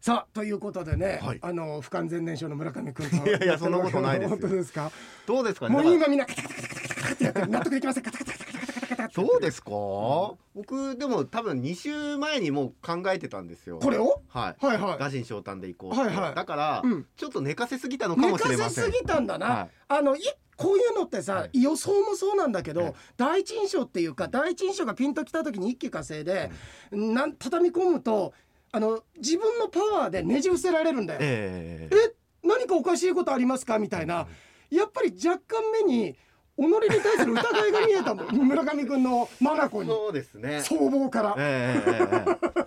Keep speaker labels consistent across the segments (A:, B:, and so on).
A: さあということでね、
B: はい
A: あの不完全燃焼の村上君と
B: いやいやそんなことないですよ
A: 本当ですか
B: どうですかね
A: も
B: だ
A: う
B: から
A: 今みんなカタカタカタカタカタってやって納得できませんカタカタカタカタカタカタ
B: そうですか、僕でも多分2週前にもう考えてたんですよ
A: これを
B: はい
A: はいは
B: ガジン昇胆で行こうって、
A: はいはい
B: だから、
A: うん
B: ちょっと寝かせすぎたの
A: い
B: か
A: 寝
B: もし
A: か
B: れま
A: せ
B: せ
A: す
B: ん
A: ぎたんだな、
B: はい
A: あのいこういうのってさ、
B: はい
A: 予想もそうなんだけど、
B: はい
A: 第一印象っていうか第一印象がピンときた時に一気稼いで、なん畳み込むとあの自分のパワーでねじ伏せられるんだよ。
B: ええ
A: え何かおかしいことありますかみたいなやっぱり若干目に己に対する疑いが見えたもん村上君の眼ナコに
B: そうですね
A: 僧帽から。
B: ええええええ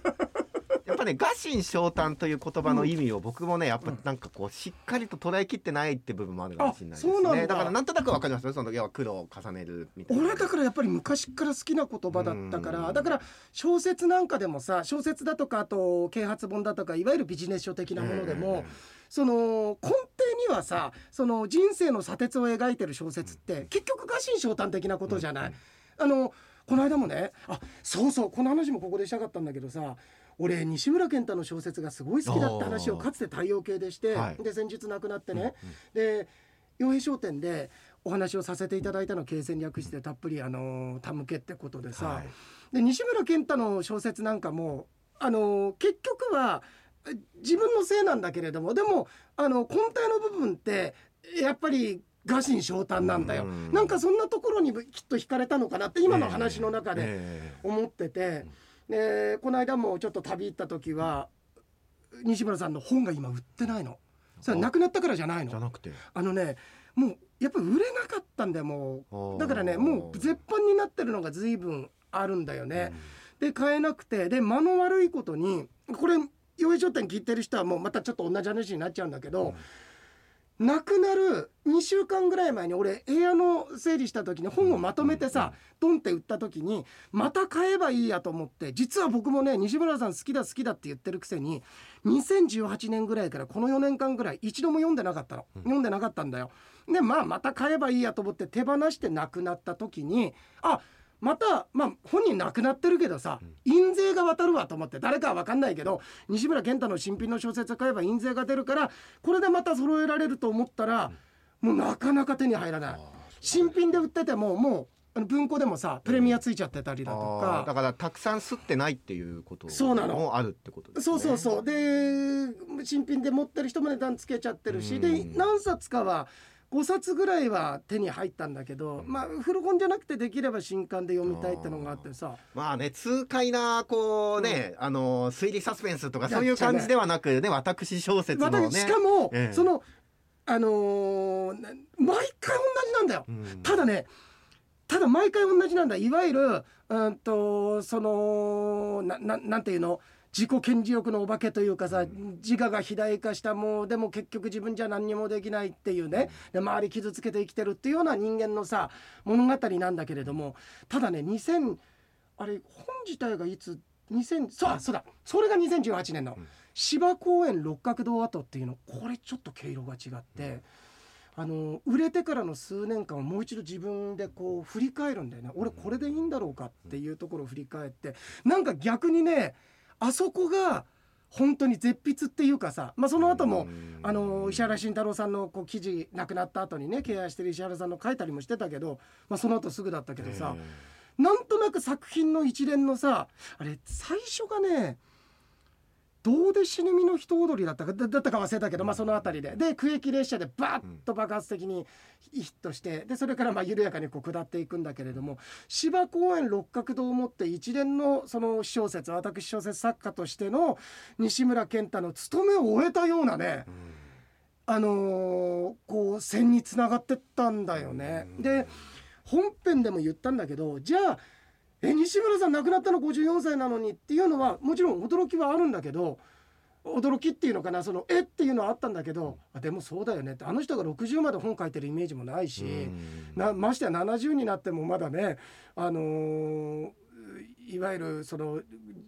B: やっぱね「臥薪嘗胆」という言葉の意味を僕もねやっぱなんかこうしっかりと捉えきってないって部分もあるかもしれないですね
A: あそうなんだ
B: からなんとなくわかりますよその要は苦労を重ねるみたいな
A: 俺だからやっぱり昔から好きな言葉だったか
B: う
A: ら
B: ん
A: だから小説なんかでもさ小説だとかあと啓発本だとかいわゆるビジネス書的なものでも、その根底にはさその人生の砂鉄を描いてる小説って結局臥薪嘗胆的なことじゃない、あのこの間もねあそうそうこの話もここでしたかったんだけどさ俺西村健太の小説がすごい好きだって話をかつて太陽系でして、
B: はい
A: で先日亡くなって
B: うんうん
A: ね、で洋平商店でお話をさせていただいたのを経線略してたっぷりあのー手向けってことでさ、
B: はい
A: で西村健太の小説なんかもあの結局はえ自分のせいなんだけれどもでもあの根底の部分ってやっぱり臥薪嘗胆なんだよ、
B: うん
A: なんかそんなところにきっと惹かれたのかなって今の話の中で
B: ええ
A: 思ってて、でこの間もちょっと旅行った時は西村さんの本が今売ってないのそれはなくなったからじゃない
B: じ
A: の
B: ゃ。なくて
A: あのねもうやっぱり売れなかったんだよも
B: あー
A: うだからねもう絶版になってるのが随分あるんだよね、で買えなくてで間の悪いことにこれ洋平書店聞いてる人はもうまたちょっと同じ話になっちゃうんだけど、亡くなる2週間ぐらい前に俺部屋の整理した時に本をまとめてさ、ドンって売った時にまた買えばいいやと思って実は僕もね西村さん好きだ好きだって言ってるくせに2018年ぐらいからこの4年間ぐらい一度も読んでなかったの、読んでなかったんだよ。でまあまた買えばいいやと思って手放して亡くなった時にあまた、まあ、本人亡くなってるけどさ、印税が渡るわと思って誰かは分かんないけど西村健太の新品の小説を買えば印税が出るからこれでまた揃えられると思ったら、もうなかなか手に入らない新品で売っててももうあの文庫でもさプレミアついちゃってたりだと
B: あーだ
A: か。
B: からたくさん吸ってないっていうこと
A: そうなの
B: もあるってことです
A: そ
B: ね
A: うそうそうで新品で持ってる人も値段つけちゃってるし、で
B: うん
A: 何冊かは5冊ぐらいは手に入ったんだけど、まあ古本じゃなくてできれば新刊で読みたいってのがあってさ
B: まあね痛快なこうね、あの推理サスペンスとか
A: や
B: そういう感じではなくね私小説のね
A: 私しかも、
B: ええ
A: そのあのーな毎回同じなんだよ、
B: うん
A: ただねただ毎回同じなんだいわゆるうんとそのなななんていうの自己顕示欲のお化けというかさ自我が肥大化したもうでも結局自分じゃ何にもできないっていうねで周り傷つけて生きてるっていうような人間のさ物語なんだけれどもただね2000あれ本自体がいつ2000そうあそうだそれが2018年の芝公園六角堂跡っていうのこれちょっと毛色が違って、あの売れてからの数年間をもう一度自分でこう振り返るんだよね俺これでいいんだろうかっていうところを振り返ってなんか逆にねあそこが本当に絶筆っていうかさ、まあ、その後も、
B: うん
A: あの石原慎太郎さんのこう記事亡くなった後にね敬愛してる石原さんの書いたりもしてたけど、まあ、その後すぐだったけどさ、
B: え
A: なんとなく作品の一連のさあれ最初がね「どうで死ぬ身の人踊り」だったかだだったか忘れたけど、まあ、その辺りでで区域列車でバーッと爆発的にヒットしてでそれからまあ緩やかにこう下っていくんだけれども芝公園六角堂をもって一連のその小説私小説作家としての西村健太の務めを終えたようなね、あのーこう線につながってったんだよね。で本編でも言ったんだけどじゃあえ西村さん亡くなったの54歳なのにっていうのはもちろん驚きはあるんだけど驚きっていうのかなそのえっていうのはあったんだけどあでもそうだよねってあの人が60まで本書いてるイメージもないし、
B: うん
A: なましてや70になってもまだねあのーいわゆるその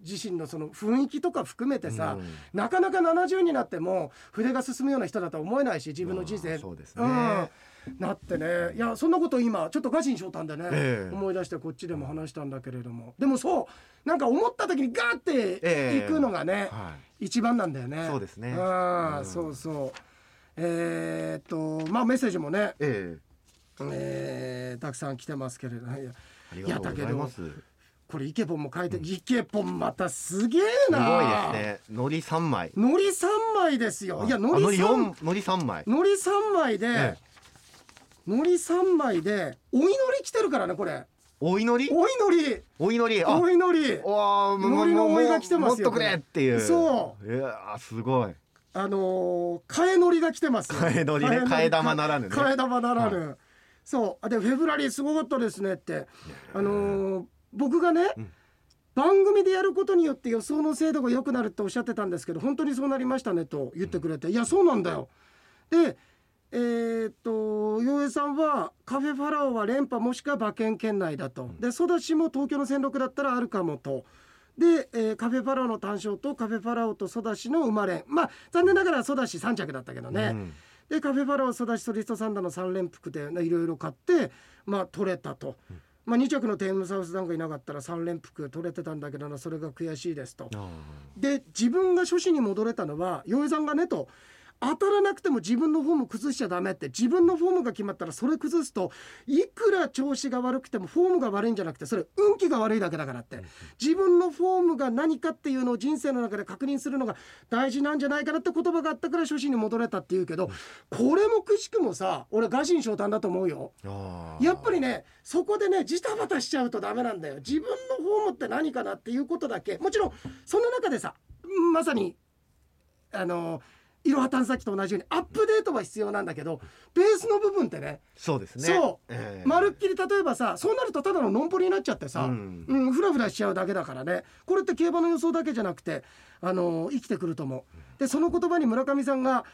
A: 自身のその雰囲気とか含めてさ、
B: うん
A: なかなか70になっても筆が進むような人だとは思えないし自分の人生、
B: まあそうですね
A: んなってねいやそんなこと今ちょっとガチにしようたんでね、
B: ええ
A: 思い出してこっちでも話したんだけれどもでもそうなんか思った時にガーって
B: ええ
A: 行くのがね、
B: は
A: 一番なんだよね。
B: そうですね
A: ああ、
B: うん
A: そうそう。えー、っとまあメッセージもね、
B: ええ
A: えー、たくさん来てますけれどいや
B: ありがとうございますす
A: これイケポンも書いて、イケポンまたすげえ
B: ご
A: ない
B: ですね海苔三枚
A: のり三枚ですよ。いや
B: あ
A: のり
B: あ
A: 三
B: 海苔三枚
A: のり三枚で、
B: ええ
A: のり三枚でお祈り来てるからねこれ。
B: お祈り
A: お祈り
B: お祈りあ
A: お祈り
B: おーもう
A: 海苔の
B: もう
A: お絵が来てますよ
B: もっとくれっていう
A: そう
B: やーすごい
A: あのー、替えのりが来てますよ。
B: 替えのりね替え玉ならぬね
A: 替え玉ならぬ。そうでフェブラリーすごかったですねってあのー僕がね、
B: うん
A: 番組でやることによって予想の精度が良くなるっておっしゃってたんですけど本当にそうなりましたねと言ってくれて、いやそうなんだよ。でえーっと洋平さんはカフェファラオは連覇もしくは馬券圏内だと、でソダシも東京の戦力だったらあるかもと。で、えーカフェファラオの単勝とカフェファラオとソダシの生まれまあ残念ながらソダシ3着だったけどね、
B: うん
A: でカフェファラオ育ちソリストサンダの3連服でねいろいろ買ってまあ取れたと、まあ、2着のテームサウスなんかいなかったら3連服取れてたんだけどなそれが悔しいですと
B: あ。ー
A: で自分が初心に戻れたのは洋江さんがねと当たらなくても自分のフォーム崩しちゃダメって自分のフォームが決まったらそれ崩すといくら調子が悪くてもフォームが悪いんじゃなくてそれ運気が悪いだけだからって自分のフォームが何かっていうのを人生の中で確認するのが大事なんじゃないかなって言葉があったから初心に戻れたっていうけどこれもくしくもさ俺臥薪嘗胆だと思うよ。
B: あー
A: やっぱりねそこでねジタバタしちゃうとダメなんだよ自分のホームって何かなっていうことだけもちろんその中でさまさにあのいろは探査機と同じようにアップデートは必要なんだけどベースの部分ってね
B: そうですね
A: そう、
B: ええ
A: まるっきり例えばさそうなるとただのノンポリになっちゃってさ、う
B: うんん
A: フラフラしちゃうだけだからねこれって競馬の予想だけじゃなくて、あの生きてくると思う。でその言葉に村上さんが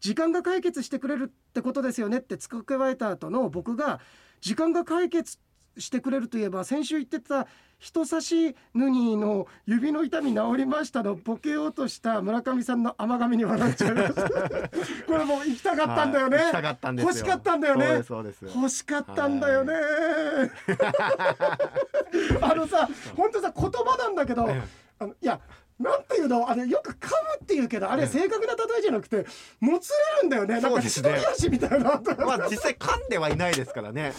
A: 時間が解決してくれるってことですよねって付け加えた後の僕が時間が解決してくれるといえば先週言ってた人差しヌニーの指の痛み治りましたのボケようとした村上さんの甘噛みに笑っちゃい ますこれもう行きたかったんだよね、
B: はい行きたかったんですよ
A: 欲しかったんだよね
B: そうですそうです
A: 欲しかったんだよね。あのさ、本当さ、言葉なんだけど、あのいや。なんていうのあれよく噛むっていうけどあれ正確な例えじゃなくてもつれるんだよねなん
B: そ
A: か
B: うです
A: 千
B: ね
A: 鳥足みたいな噛んで
B: まあ実際噛んではいないですからね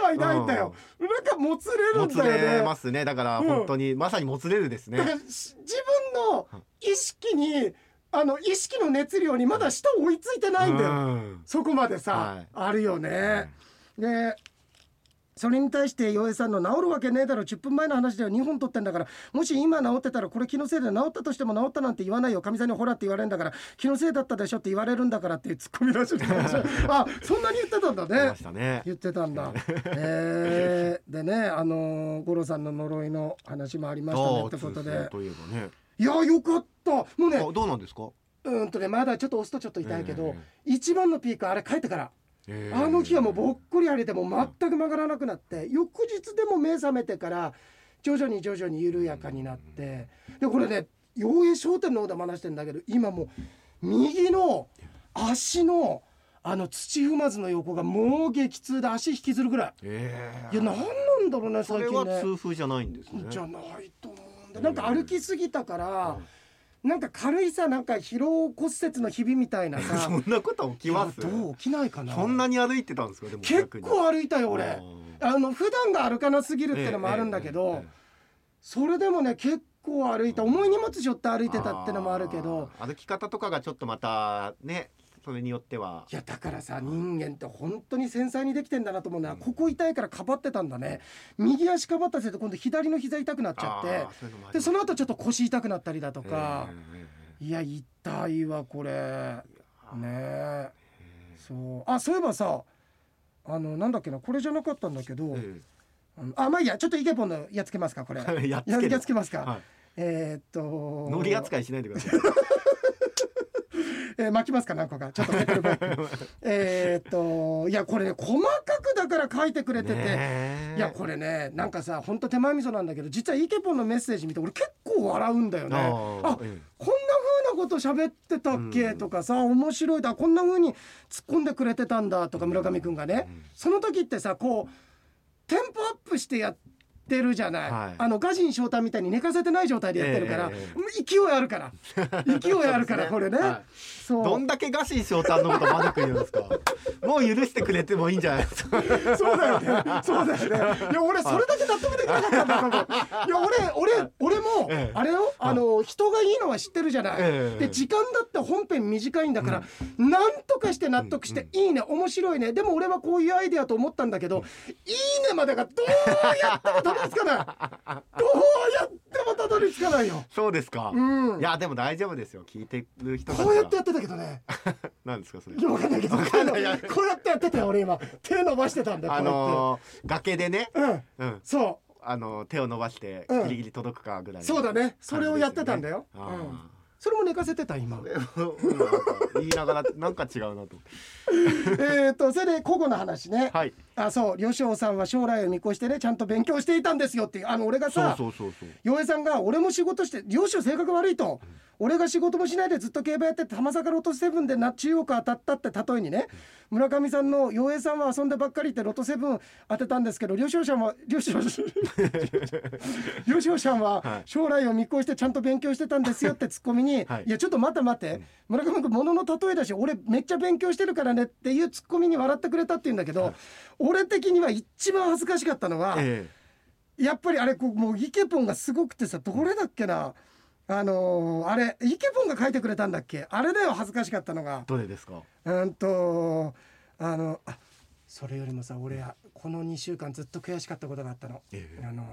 A: はいないんだよなんかもつれる
B: も
A: ん
B: つ
A: だよ
B: れ
A: ね
B: ますねだから
A: うん
B: 本当に、まさにもつれるです
A: だか
B: ね
A: らし自分の意識にあの意識の熱量にまだ下追いついてないんだよ
B: うん
A: そこまでさ、
B: はい
A: あるよね。でそれに対して洋江さんの「治るわけねえだろ10分前の話では2本取ってんだからもし今治ってたらこれ気のせいで治ったとしても治ったなんて言わないよかみさんにほらって言われるんだから気のせいだったでしょって言われるんだから」っていうツッコミらしい あそんなに言ってたんだ
B: ありま
A: ね
B: し。たね
A: 言ってたん だ、えーでねあのー五郎さんの呪いの話もありましたねってこと
B: ああ
A: で
B: 通算といえばね
A: いやよかったもうね
B: あどうなんですか、
A: うーんとねまだちょっと押すとちょっと痛いけど、
B: え
A: 一番のピークあれ帰ってから
B: えー
A: あの日はもうぼっこり腫れてもう全く曲がらなくなって翌日でも目覚めてから徐々に徐々に緩やかになってでこれね陽平商店の方でも話してんだけど今もう右の足のあの土踏まずの横がもう激痛で足引きずるぐら
B: え
A: い
B: ー
A: いや何なんだろうね
B: そ
A: 最
B: れ
A: 近
B: は
A: ね
B: 痛風じゃないんですね
A: じゃないと思うんでなんか歩きすぎたからなんか軽いさなんか疲労骨折のひびみたいなさ
B: そんなこと起きます
A: いやどう起きないかな
B: そんなに歩いてたんですかでも
A: 結構歩いたよ俺あの普段が歩かなすぎる
B: る
A: ってのもあるんだけど、それでもね結構歩いた重い荷物背負って歩いてたってのもあるけど
B: 歩き方とかがちょっとまたねそれによってはい
A: やだからさ人間って本当に繊細にできてんだなと思うのはここ痛いからかばってたんだね右足かばったせいで今度左の膝痛くなっちゃって
B: あーそういうもあります
A: でその後ちょっと腰痛くなったりだと
B: えー
A: か
B: え、ーえ
A: いや痛いわこれ
B: ー
A: ねえそうあそういえばさあのなんだっけなこれじゃなかったんだけど、
B: え
A: うんあまあいいやちょっとイケポンのやっつけますかこれ
B: ーやっ
A: や
B: つける
A: やっつけますか、
B: はい
A: えーっと
B: ノリ扱いしないでください
A: えー巻きますか何個かちょっとペットボ トルえーっといやこれね細かくだから書いてくれてて、
B: ねえ
A: いやこれねなんかさほんと手前味噌なんだけど実はイケポンのメッセジ見て俺結構笑うんだよね
B: あー
A: あ
B: ええ
A: こんな風なここと喋ってたっけとかさ面白いだこんな風に突っ込んでくれてたんだとか村上くんがねその時ってさこうテンポアップしてやってるじゃない、
B: はい
A: あのガジン翔太みたいに寝かせてない状態でやってるから、
B: ええ
A: 勢いあるから勢いあるから、 これね、
C: は
A: そう
B: どんだけガシン翔太のことまだく言うんですかもう許してくれてもいいんじゃないですか
A: そうだよね。そうだよね。いや、俺、それだけ納得できなかったんだと思う。いや、俺、俺、俺も
B: ええ、
A: あれよ、あの、人がいいのは知ってるじゃない。
B: ええ
A: で、時間だって本編短いんだから、なんとかして納得して、いいね、面白いね。でも俺はこういうアイデアと思ったんだけど、いいねまでがどうやってもたどり着か ない。どうやってもたどり着かないよ。
B: そうですか、
A: うん
B: いやでも大丈夫ですよ聞いてる人たちは
A: こうやってやってたけどね。
B: なんですかそれ
A: いや、わかんないけど、こうやってやってたよ、俺今。手伸ばしてたんだよ、
B: あ
A: こ
B: のー崖でね
A: うやって。
B: うん
A: うん。そう。
B: あのー手を伸ばして
A: うん
B: ギリギリ届くかぐらいの
A: そうだねそれをやってたん
B: 感じ
A: だ
B: です
A: よ
B: あー
A: うんそれも寝かせてた今
B: うんなんか言いながらなんか違うなと思って
A: えっとそれで古語の話ね、
B: はい
A: あそう両翔さんは将来を見越してねちゃんと勉強していたんですよっていうあの俺が
B: そう
A: さ
B: そうそうそう
A: 洋平さんが俺も仕事して両翔性格悪いと、俺が仕事もしないでずっと競馬やってて玉坂ロトセブンでな中央区当たったって例えにね、村上さんの洋平さんは遊んでばっかりってロトセブン当てたんですけど両翔さんは両翔 両翔さん
B: は
A: はい将来を見越してちゃんと勉強してたんですよってツッコミに、
B: はい
A: い、やちょっと待って待って、村上君物の例えだし俺めっちゃ勉強してるからねっていうツッコミに笑ってくれたって言うんだけど、俺的には一番恥ずかしかったのは。
B: え
A: やっぱりあれこうもうイケポンがすごくてさどれだっけなあのーあれイケポンが書いてくれたんだっけあれだよ恥ずかしかったのが
B: えどれですか
A: うーんとあのあそれよりもさ俺はこの2週間ずっと悔しかったことがあったの、
B: ええ
A: あのー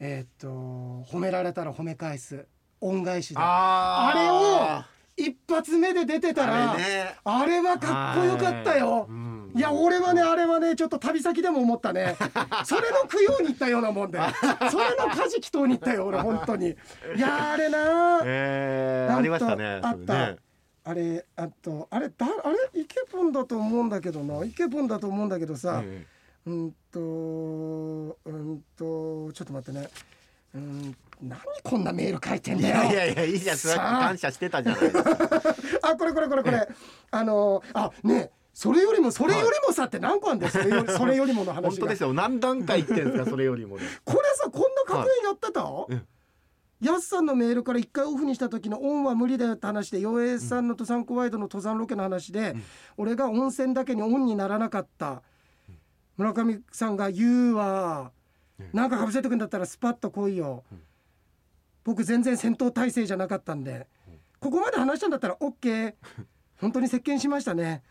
A: えーっと褒められたら褒め返す恩返しだあ
B: あ
A: れを一発目で出てたら
B: あれね
A: あれはかっこよかったよ、
B: はいうん
A: いや俺はねあれはねちょっと旅先でも思った ねそれの供養に行ったようなもんでそれの家事祈祷に行ったよ俺本当 にいやあれな
B: ええ
A: なんと
B: ありましたね
A: あ
B: そ
A: っ
B: れ
A: た、
B: ね
A: あれあとあれだあれイケポンだと思うんだけどなイケポンだと思うんだけどさ、
B: ええ
A: うんとうんとちょっと待ってねうん何こんなメール書いてんだよ
B: いやいやいいじゃんそれは
A: さあ
B: 感謝してたじゃないですか
A: あこれこれこれこれあのあねそれよりもそれよりもさって何個あんだよそれよりそれよりもの話が
B: 本当ですよ何段階言ってるんですかそれよりもね
A: これさこんな確認やってた、やすさんのメールから一回オフにした時のオンは無理だよって話で陽平さんの登山コワイドの登山ロケの話で、俺が温泉だけにオンにならなかった、村上さんが「言うわ、なんかかぶせてくんだったらスパッと来いよ、僕全然戦闘態勢じゃなかったんで、ここまで話したんだったら OK 本当に接見しましたね。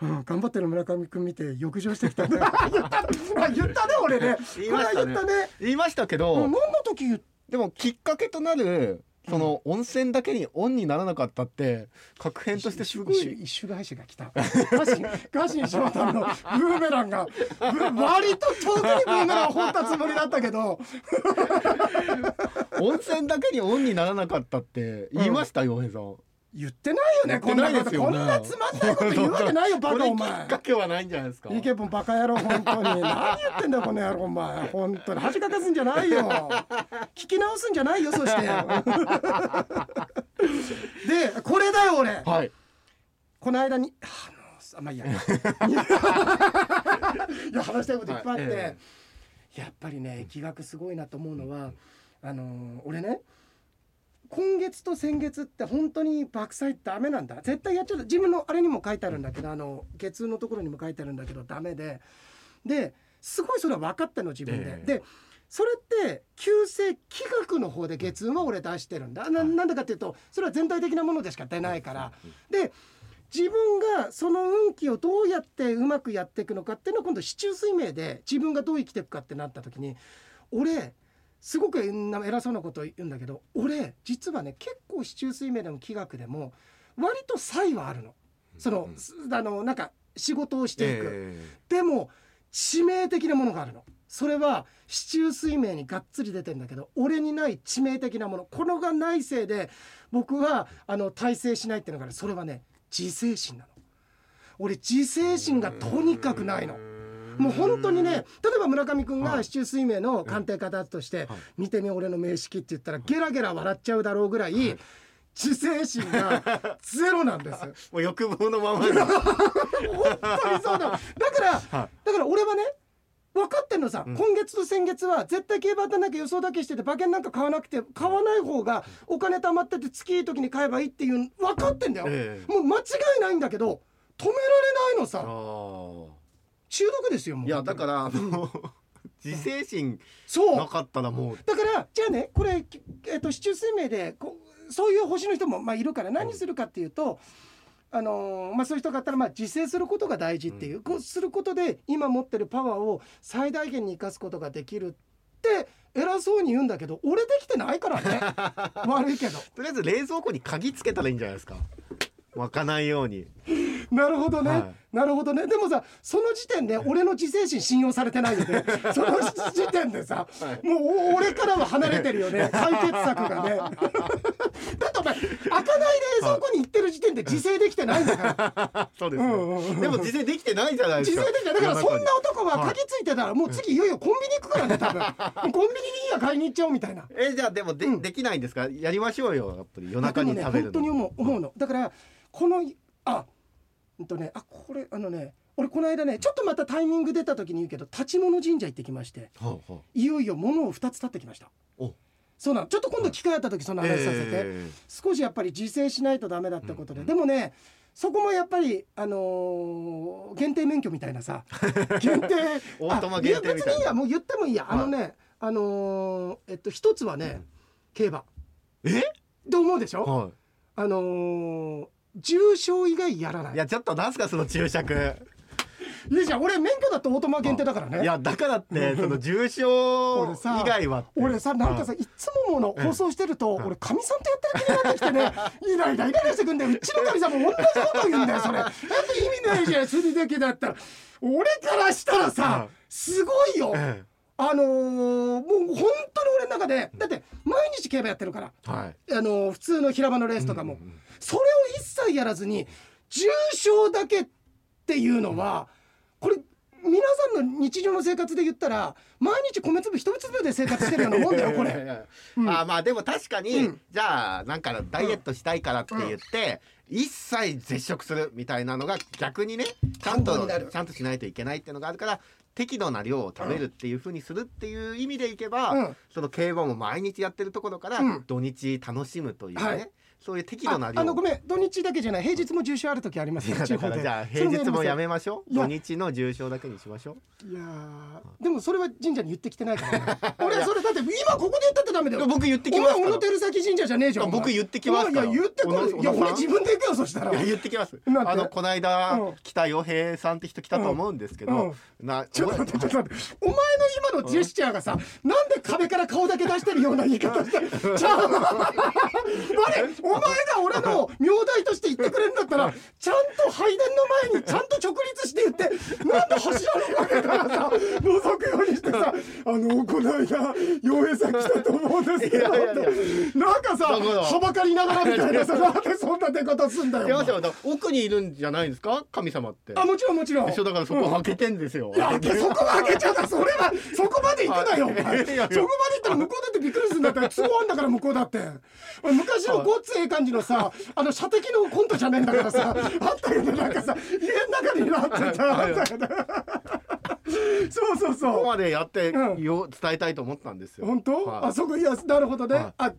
A: うん、頑張ってる村上君見て浴場してきたんだよ 言ったあ言ったね俺ね
B: 言い
A: これ
B: ま
A: は
B: したね
A: 言ったね
B: 言いましたけど、
A: うん何の時言っ
B: でもきっかけとなるその温泉だけにオンにならなかったって確変としてすご
A: 一周
B: い
A: 一周返しが来た。ガシン、ガシン翔太のブ ーメランが、ブ割と遠くにブーメランを放ったつもりだったけど、
B: 温泉だけにオンにならなかったって言いました洋平さん。
A: 言ってないよね、こんな
B: 言
A: こ
B: っ
A: と。
B: てないですよ
A: こん
B: ね
A: なつまんないこと言うわけないよ、バ
B: こ
A: カ
B: れ
A: お
B: き
A: 前
B: っ。かけはないんじゃないですか。
A: イケポンバカ野郎本当に何言ってんだよこの野郎お前本当に恥かかすんじゃないよ聞き直すんじゃないよそ してでこれだよ俺
B: はい。
A: この間に、あの、あまあ、いい や。いや、話したいこといっぱいあって。
B: はいえ
A: やっぱりね、気学すごいなと思うのは、あの、俺ね。今月と先月って本当に爆災ダメなんだ絶対やっちゃう自分のあれにも書いてあるんだけどあの月のところにも書いてあるんだけどダメでですごいそれは分かってんの自分で、
B: ええ
A: でそれって旧正気学の方で月運は俺出してるんだななんでかっていうとそれは全体的なものでしか出ないからで自分がその運気をどうやってうまくやっていくのかっていうのを今度市中水明で自分がどう生きていくかってなった時に俺すごく偉そうなこと言うんだけど俺実はね結構市中水明でも気学でも割と才はあるの。その,す、あのなんか仕事をしていく、でも致命的なものがあるのそれは市中水明にがっつり出てんだけど俺にない致命的なものこのがないせいで僕はあの大成しないっていうのがあるそれはね自制心なの俺自制心がとにかくないのもう本当にね例えば村上君が市中水明の鑑定家だとして「見てみ俺の名式」って言ったらゲラゲラ笑っちゃうだろうぐらい知性心がゼロなんです
B: もう欲望のままに
A: 本当にそうだだから
B: は
A: だから俺はね分かってんのさ、
B: うん
A: 今月と先月は絶対競馬当たんなきゃ予想だけしてて馬券なんか買わなくて買わない方がお金貯まってて月いい時に買えばいいっていう分かってんだよ、
B: ええ
A: もう間違いないんだけど止められないのさ
B: あ
A: 中毒ですよも
B: あ
A: う
B: い
A: い
B: やだからもう自制心
A: そう
B: なかったらもう
A: だからじゃあねこれ、きえっと市中水明でこうそういう星の人も、まあ、いるから何するかっていうと、あのーまあ、そういう人があったら、まあ、自制することが大事っていう,、
B: うん
A: こうすることで今持ってるパワーを最大限に生かすことができるって偉そうに言うんだけど俺できてないからね悪いけど
B: とりあえず冷蔵庫に鍵つけたらいいんじゃないですか開かないように
A: なるほどね、
B: は
A: なるほどねでもさその時点で俺の自制心信用されてないよねその時点でさ、
B: はい
A: もうお俺からは離れてるよね解決策がねだってお前開かない冷蔵庫に行ってる時点で自制できてないんだから
B: あそうですね、
A: うんうんうん
B: でも自制できてないじゃないで
A: 自
B: す
A: 制
B: か
A: できてないだからそんな男は
B: はい
A: 鍵ついてたらもう次いよいよコンビニ行くからね多分もうコンビニにいいや買いに行っちゃおうみたいな
B: えじゃあでもで,、
A: うん
B: できないんですかやりましょうよやっぱり夜中に
A: でも
B: 食べ
A: ね本
B: るの
A: 当に思う思うのだからこのあうんとねあこれあのね俺この間ねちょっとまたタイミング出た時に言うけど立ち物神社行ってきまして
B: はあはい
A: よいよ物を2つ立ってきました
B: あお
A: そうなのちょっと今度機会あった時その話させて、
B: え
A: 少しやっぱり自制しないとダメだってことで、
B: うん
A: でもねそこもやっぱり、あのー限定免許みたいな さ限定
B: オートマ限定みた
A: あや別にい
B: いな
A: いやもう言ってもいいや、
B: はい
A: あのねあのーえっと一つはね、
B: うん
A: 競馬
B: え
A: って思うでしょ、
B: は
A: あのー重賞以外やらない
B: い、い
A: いや
B: やちょっとなんすかその注釈
A: じゃん俺免許だってオートマ限定だから
B: い
A: ね
B: やだから ってその重
A: 俺
B: 症以
A: さ
B: 外はって
A: 俺さなんかさいつももの放送してると
B: うん
A: 俺かみさんとやってる気になってきてねイライライライラしてくんだようちのかみさんも同じこと言うんだよそれやっぱ意味ないじゃんそれだけだったら俺からしたらさ
B: うん
A: すごいよ
B: え
A: あのーもう本当に俺の中でだって毎日競馬やってるから
B: えはい
A: あのー普通の平場のレースとかも
B: うんうんうん
A: それを一切やらずに重症だけっていうのはこれ皆さんの日常の生活で言ったら毎日米粒一粒で生活してるようなもんだよこ
B: いや
A: れ。
B: いやいや
A: うん
B: あーまあでも確かに、
A: うん
B: じゃあなんかダイエットしたいからって言って、一切絶食するみたいなのが逆にねちゃ
A: 半
B: ん
A: 分
B: と
A: になる
B: ちゃんとしないといけないっていうのがあるから適度な量を食べるっていうふうにするっていう意味でいけば、
A: うん
B: その競馬も毎日やってるところから、
A: うん
B: 土日楽しむというね、
A: はい
B: そういう適度な
A: あ
B: 量
A: あのごめん土日だけじゃない平日も重症ある時あります
B: い
A: よ
B: や
A: 地
B: だか
A: 方
B: ら
A: で
B: じゃあ平日もやめましょう
A: いや
B: 土日の重症だけにしましょう
A: いやーでもそれは神社に言ってきてないからね俺はそれだって今ここで言ったってダメだよ
B: 僕言ってき
A: お
B: ます
A: 前
B: から
A: 小野照崎神社じゃねえじゃんお前
B: 僕言ってきますから
A: いや言ってこ
B: 小野
A: い
B: さん
A: いや俺自分で行くよそしたら
B: いや言ってきます
A: なんて
B: あのこの間、
A: うん
B: 来た洋平さんって人来たと思うんですけど、な
A: ちょっと待って、ちょっと待って、お前の今のジェスチャーがさ、なんで壁から顔だけ出してるような言い方して、ちゃうあれ、お前が俺の名代として言ってくれるんだったら、ちゃんと拝殿の前にちゃんと直立して言って、なんで柱の前からさ、覗くようにしてさ、あの、この間、洋平さん来たと思うんですけど、
B: いやいやいや
A: なんかさ、
B: だから
A: はばかりながらみたいなさ、なんでそんな出方すんだ
B: いや
A: よ
B: だ。から奥にいるんじゃないですか神様って
A: あ、もちろんもちろん。
B: 一緒だからそこ開けてんですよ、
A: いやそこは開けちゃうからそれはそこまで行くなよお前そこま
B: いやい
A: で
B: や
A: 行
B: い
A: っ
B: や
A: たら向こうだってびっくりするんだったら都合あんだから向こうだって俺昔のごっつええ感じのさあの射的のコントじゃねえんだからさあったよねなんかさ家の中になってたあったよねそうそう
B: ここ
A: そう
B: までやって、
A: うん
B: よ伝えたいと思ったんですよ
A: 本当、
B: はい
A: あそこいやなるほどね、
B: はい
A: あ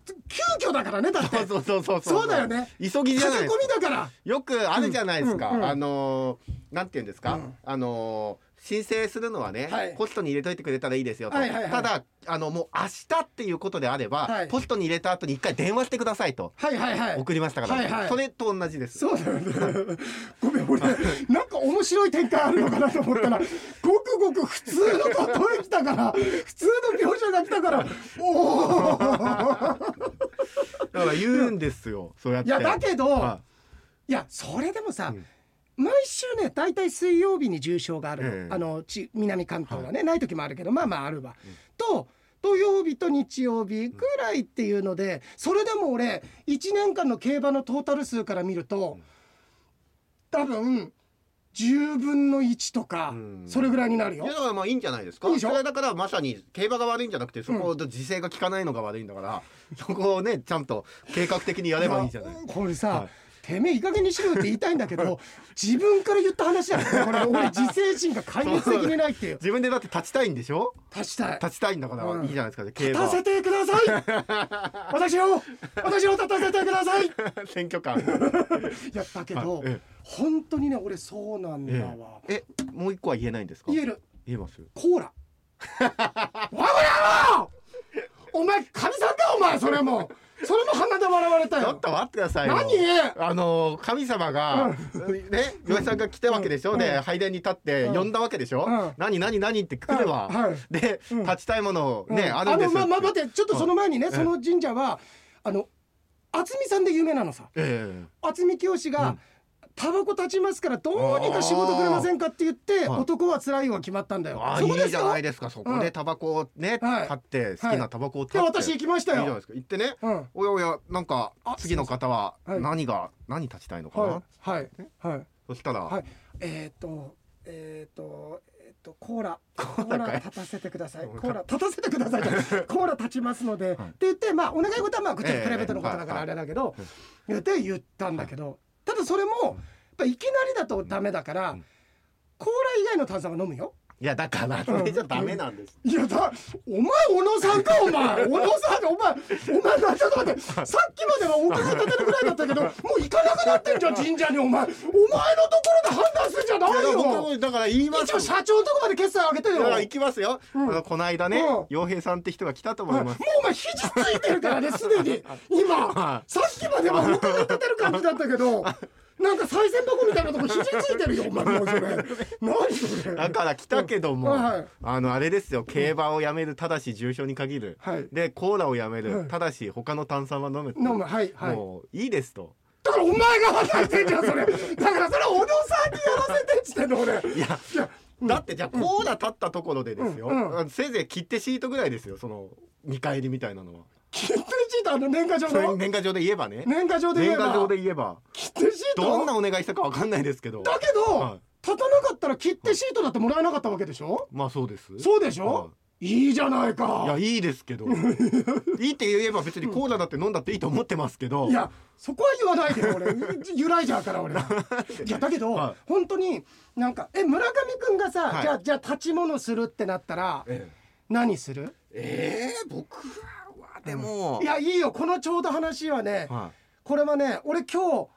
A: 急遽だからねだって
B: そうそうそう
A: そうだよね
B: 急ぎじゃな
A: 駆け
B: いです
A: 込
B: か
A: みだから
B: よくあるじゃないですか、
A: うんうんうん
B: あのーなんて言うんですか、
A: うん
B: あのー申請するのはね、
A: はい
B: ポストに入れといてくれたらいいですよと、
A: はいはいはい
B: ただあのもう明日っていうことであれば、
A: はい
B: ポストに入れた後に一回電話してくださいと
A: はいはいはい
B: 送りましたから、
A: はいはい
B: それと同じです
A: そうだよね。ごめん、俺、なんか面白い展開あるのかなと思ったら、ごくごく普通の例え来たから、普通の描写が来たから、おお
B: だから言うんで すよそうやっ
A: い
B: て
A: や、だけど
B: は、
A: いや、それでもさ
B: う、ん
A: 毎週ね、大体水曜日に重症があるの、
B: ええ
A: あのち南関東はね、ない時もあるけど、まあまああるわ。と土曜日と日曜日ぐらいっていうので、それでも俺1年間の競馬のトータル数から見ると、多分10分の1とか、
B: うん
A: それぐらいになるよ
B: いやだからまあいいんじゃないですか
A: いいでしょ
B: それはだからまさに競馬が悪いんじゃなくてそこで時勢が効かないのが悪いんだから、そこをねちゃんと計画的にやればいいじゃない
A: やこれさ、
B: はい
A: てめえいい加減にしろよって言いたいんだけど自分から言った話だからこれ俺自制心が壊滅的にない っていう
B: 自分でだって立ちたいんでしょ
A: 立ちたい
B: 立ちたいんだから、
A: うん
B: いいじゃないですか競
A: 立た
B: 馬
A: せてください 私を私を立たせてください
B: 選挙官
A: やったけど、
B: はいえ
A: 本当にね俺そうなんだわ、
B: えもう一個は言えないんですか
A: 言える
B: 言えます
A: コー ラわこらよお前神さんかお前それもそれも鼻で笑われた
B: ちょ
A: よ
B: っと待ってくださいよ
A: 何
B: あの神様が、ね岩井さんが来たわけでしょ、で拝殿に立って
A: うん
B: 呼んだわけでしょ、
A: うん
B: 何何何って来れば、
A: はいはい
B: で、
A: うん
B: 立ちたいものね、
A: うん
B: あるんです
A: のまま待ってちょっとその前にね、
B: ん
A: その神社はあの渥美さんで有名なのさ
B: え
A: 渥美清が、
B: うん
A: タバコ立ちますからどうにか仕事くれませんかって言って
B: あーはい
A: 男は辛いよが決まったんだ
B: え
A: よ
B: ああ
A: そこ
B: い
A: で
B: い
A: す
B: じゃない
A: よ
B: ですかそこでタバコをね、
A: はい
B: 立って好きなタバコを立
A: で
B: って、
A: 私行きまし
B: いい
A: た
B: じゃない
A: よ
B: ですか行ってね、
A: うん
B: おやおやなんか
A: あ
B: 次の方は
A: はい
B: 何が、何立ちたいのかな、
A: はいはいはい
B: そしたら、
A: はいえっ、とえっ、とえっ、とコーラコ
B: ー
A: ー
B: ラかい
A: ラ立たせてください
B: もう
A: コーラ立たせてください じゃないコーラ立ちますので、
B: はい
A: って言ってまあお願い事はまあこっちは
B: ええ
A: プライベートのことだから
B: は
A: あ
B: い
A: れだけど、
B: うん
A: 言って言ったんだけど、ただそれもやっぱいきなりだとダメだから、
B: うん
A: コーラ以外の炭酸は飲むよ
B: いやだからそれじゃダメなんです、
A: いやだお前小野さんかお前小野さんお前お前なちょっと待ってさっきまではお伺い立てるぐらいだったけどもう行かなくなってんじゃん神社にお前お前のところで判断するんじゃない
B: いや
A: よ
B: 僕はもうだから言います
A: 一応社長のとこまで決済上げてよ。
B: だ
A: もう
B: から行きますよ、
A: うん
B: あのこの間ね
A: うん
B: 洋、平さんって人が来たと
A: お
B: 思います、
A: 前肘ついてるからねすでに今
B: は
A: さっきまではお金立てる感じだったけどなんか賽銭箱みたいなとこ肘ついてるよお前もうそれ何それ
B: だから来たけども、
A: うんはい
B: あのあれですよ競馬をやめるただし重症に限る、
A: はい
B: でコーラをやめる、
A: うん
B: ただし他の炭酸は飲むって
A: 飲むはいはい
B: もういいですと
A: だからお前が働いてんじゃんそれだからそれ小野さんにやらせてっつってんの俺
B: いや
A: いや
B: だってじゃあコーラ立ったところでですよ、
A: うんうん
B: あのせいぜい切手シートぐらいですよその見返りみたいなのは
A: 切手シートあの年賀状
B: それ
A: の
B: 年賀状で言えばね
A: 年賀状で言
B: 年
A: え
B: 賀
A: ば
B: 状で言えば
A: 切手シート
B: どんなお願いしたかわかんないですけど
A: だけど、
B: はい
A: 立たなかったら切手シートだってもらえなかったわけでしょ
B: まあそうです
A: そうでしょ、いいじゃない
B: はいい
A: か
B: や いいですけどいいって言えば別にコーラだって飲んだっていいと思ってますけど
A: いやそこは言わないでよ俺 揺らいじゃうから俺いやだけど、
B: はい
A: 本当になんかえ村上くんがさ、
B: はい
A: じゃあじゃあ立ち物するってなったら
B: え
A: 何する
B: え僕はでも
A: いやいいよこのちょうど話はね、
B: は
A: これはね俺今日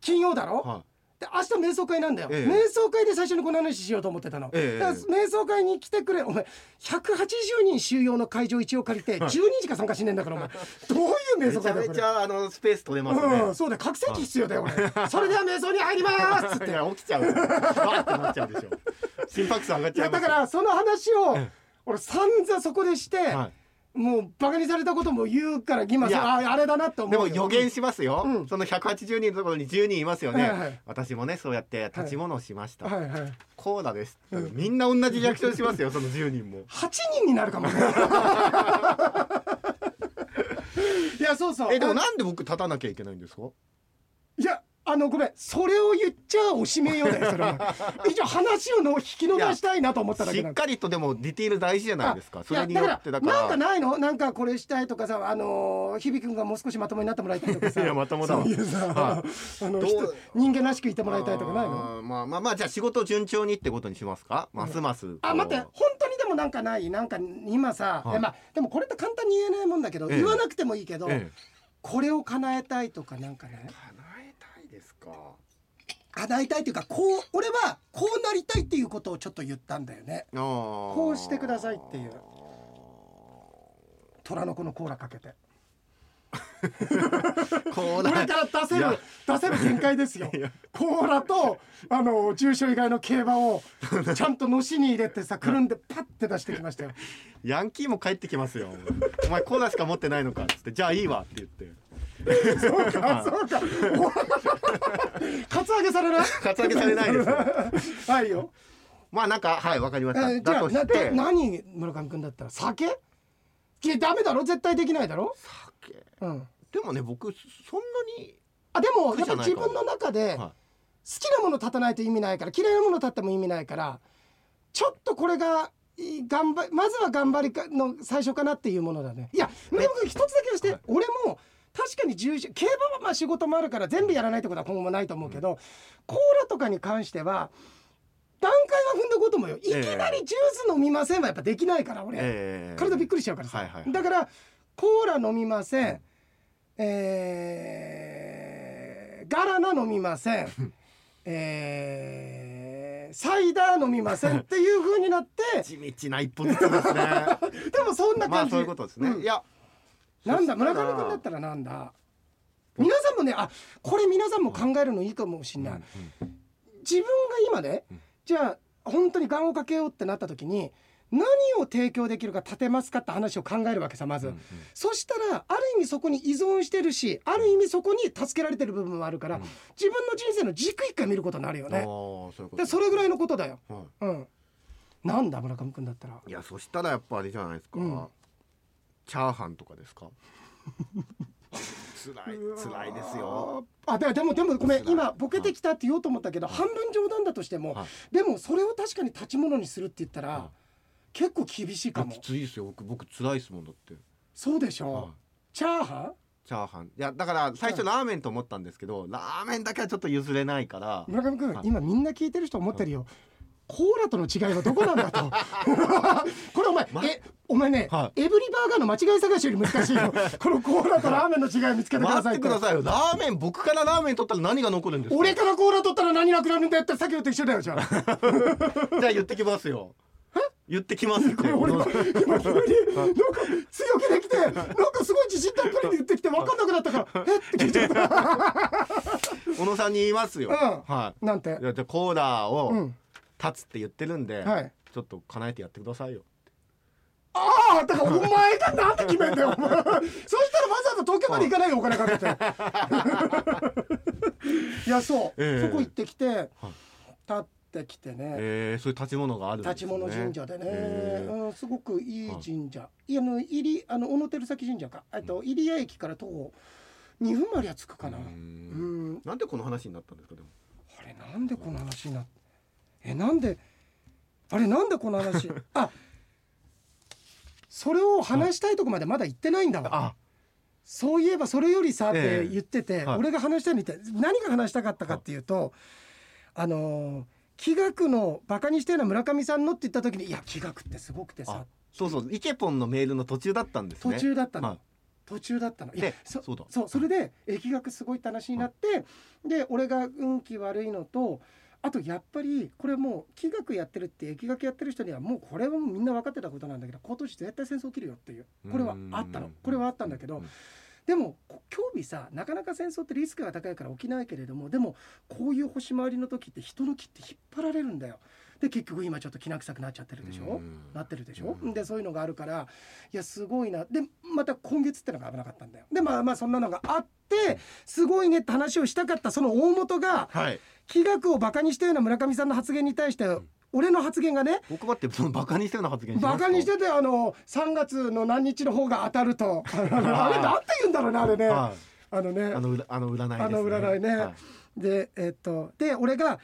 A: 金曜だろ、
B: いはい
A: で明日瞑想会なんだよ、
B: ええ
A: 瞑想会で最初にこの話しようと思ってたの、
B: ええ
A: だから瞑想会に来てくれお前180人収容の会場一応借りて12時か参加しねえんだからお前 どういう瞑
B: め
A: 想
B: ち
A: 会
B: ゃ
A: だよ
B: め
A: こ
B: ち
A: れ
B: ゃあのスペース取れます
A: うん、
B: ね
A: そうだよ拡声器必要だよ俺それでは瞑想に入りますっつっ
B: い
A: て
B: や起きちゃうわーってなっちゃうでしょ心拍数上がっ
A: い
B: ちゃ
A: や
B: いま
A: だ
B: す
A: からその話を
B: ええ
A: 俺散々そこでして、
B: は
A: もうバカにされたことも言うから今
B: いや
A: さああれだなって思
B: で
A: う
B: も
A: よ
B: 予言しますよ、
A: うん
B: その180人のところに10人いますよね、
A: はいはい
B: 私もねそうやって立ち物をしました、
A: はいはい
B: コーラです、みんな同じリアクションしますよその10人も
A: 8人にな るかもねいやそうそう
B: えでもなんで僕立たなきゃいけないんですか
A: いやあのごめんそれを言っちゃおしめようだよそれ は一応話をの引き伸ばしたいなと思っただ
B: し
A: け
B: っ
A: なん
B: かりとでもディティール大事じゃないですかそれによってだか
A: なんからないのなんかこれしたいとかさあのー響くんがもう少しまともになってもらいたいとかさ
B: いやまともだ
A: そ
B: わ
A: ういうさ、
B: は
A: あの
B: どう
A: 人人間らしくいてもらいたいとかないの
B: あーまあまあまあじゃあ仕事順調にってことにしますか、ますますこう
A: あ待って本当にでもなんかないなんか今さ、
B: はい
A: えまあでもこれって簡単に言えないもんだけど、
B: ええ
A: 言わなくてもいいけど、
B: ええ
A: これを叶えたいとかなんかね
B: 叶えたいですか
A: 叶えたいというかこう俺はこうなりたいっていうことをちょっと言ったんだよね
B: こ
A: こうしてくださいっていう虎の子のコーラか けて
B: こう
A: これか
B: な
A: ら出せ
B: い
A: る
B: や
A: 出せる限界ですよ
B: いや
A: コーラとあの住所以外の競馬 をちゃんとのしに入れてさくるんでパッて出してきましたよ
B: ヤンキーも帰ってきますよお前コーラしか持ってないのかっつってじゃあいいわって言って
A: そうかそうかカツアゲされない
B: カツアゲされないですよ
A: はいよ、
B: まあなんかはいわかりま
A: え
B: した、
A: ーじゃ
B: だ
A: あ
B: と
A: な
B: して
A: 何村上君だったら酒いやダメだろ絶対できないだろ、
B: 酒
A: うん、
B: でもね僕そんなに
A: あでもやっ
B: じ
A: ぱ
B: ゃないか
A: 自分の中で
B: は
A: きなもの立たないと意味ないから嫌いなもの立っても意味ないからちょっとこれがい頑張まずは頑張りかの最初かなっていうものだねいや村山君一つだけ言わせて、
B: はい
A: 俺も確かに重視競馬はまあ仕事もあるから全部やらないってことは今後もないと思うけど、コーラとかに関しては段階は踏んでこうと思うよいき
B: ええ
A: なりジュース飲みませんはやっぱできないから俺、
B: え
A: 体びっくりしちゃうからさ、
B: はいはいはい
A: だからコーラ飲みません、
B: うん
A: えーガラナ飲みませ んえーサイダー飲みま せんっていう風になって
B: 地道な一歩ずつですね
A: でもそんな
B: ま
A: 感
B: あ
A: じ、
B: そういうことですね、
A: うん
B: いや
A: なんだ
B: そした
A: 村
B: ら
A: 上君だったらなんだ皆さんもねあこれ皆さんも考えるのいいかもしれない、自分が今ね、
B: うん
A: じゃあ本当に願をかけようってなった時に何を提供できるか立てますかって話を考えるわけさまず、そしたらある意味そこに依存してるしある意味そこに助けられてる部分もあるから、
B: うん
A: 自分の人生の軸一回見ることになるよ
B: ああ
A: ね
B: ーそういうこと
A: でそれぐらいのことだよ
B: は
A: うんなんだ村上君だったら
B: い、いやそしたらやっぱあれじゃないですか、
A: うん
B: チャーハンとかですか 辛い辛いですよ
A: あででもでもごめん
B: 辛い
A: 今ボケてきたって言おうと思ったけど、半分冗談だとしても、
B: はい
A: でもそれを確かに立ち物にするって言ったら、
B: はい
A: 結構厳しいかも
B: きついですよ僕僕辛いですもんだって、
A: そうでしょ、
B: はい
A: チャーハン
B: チャーハンいやだから最初ラーメンと思ったんですけど、ラーメンだけはちょっと譲れないから
A: 村上君、
B: はい
A: 今みんな聞いてる人思ってるよ、コーラとの違いはどこなんだ とこれお前、
B: ま
A: えお前ね、
B: は
A: エブリバーガーの間違い探しより難しいよこのコーラとラーメンの違い見つけてくだ
B: 待
A: さ
B: っ
A: いって
B: くださいよラーメン僕からラーメン取ったら何が残るんですか
A: 俺からコーラ取ったら何なくなるんだよってさっきのと一緒だよじゃあ
B: じゃあ言ってきますよ言ってきますって
A: 俺今急になんか強気できてなんかすごい自信たっぷりで言ってきて分かんなくなったからえって聞いちゃった
B: 小野さんに言いますよ、
A: うん
B: はい
A: なんて
B: いやじゃあコーラ
A: う
B: を
A: ん
B: 立つって言ってるんで、
A: はい
B: ちょっと叶えてやってくださいよ
A: ああだからお前がなんで決めんだよお前そしたらわざわざ東京まで行かないよお金かけて いやそう、
B: え
A: そ
B: え
A: こ行ってきて立ってきてね、
B: えー、そういう立ち物があるんです、ね、
A: 立ち物神社でね、
B: えー
A: うん、すごくいい神社、いやあの入りあの小野照崎神社かえっと入谷駅から徒歩2分までは着くかな
B: う
A: うんん
B: なんでこの話になったんですかでも
A: あれなんでこの話になっえなんであれなんでこの 話あそれを話したいとこまでまだ行ってないんだわ
B: あ
A: そういえばそれよりさっ
B: え
A: て
B: え
A: 言ってて、
B: はい
A: 俺が話したいのにって何が話したかったかっていうと、あのー気学のバカにしてるのは村上さんのって言った時にいや気学ってすごくて
B: あ
A: さ
B: そうそうイケポンのメールの途中だったんです
A: 途
B: ね
A: 中だったの、
B: はい
A: 途中だったのいや
B: で
A: そ
B: そうだ
A: そうそれでえ気学すごいって話になって、で俺が運気悪いのとあとやっぱりこれもう気学やってるって気学やってる人にはもうこれはもうみんな分かってたことなんだけど今年絶対戦争起きるよっていうこれはあったのこれはあったんだけど、
B: うん
A: でもこ競技さなかなか戦争ってリスクが高いから起きないけれどもでもこういう星回りの時って人の気って引っ張られるんだよ。で結局今ちょっときな臭くなっちゃってるでしょ、
B: うん
A: なってるでしょ、
B: うん
A: でそういうのがあるからいやすごいなでまた今月ってのが危なかったんだよでまあまあそんなのがあってすごいねって話をしたかったその大元が
B: はい
A: 気学をバカにしたような村上さんの発言に対して、俺の発言がね
B: 僕だってそのバカにしたような発言しま
A: バ
B: すか
A: カにしててあの3月の何日の方が当たると あれなんて言うんだろうねあれね、
B: はい
A: あのね
B: あのうらあの占いですね
A: あの占いね
B: は
A: でえっとで俺が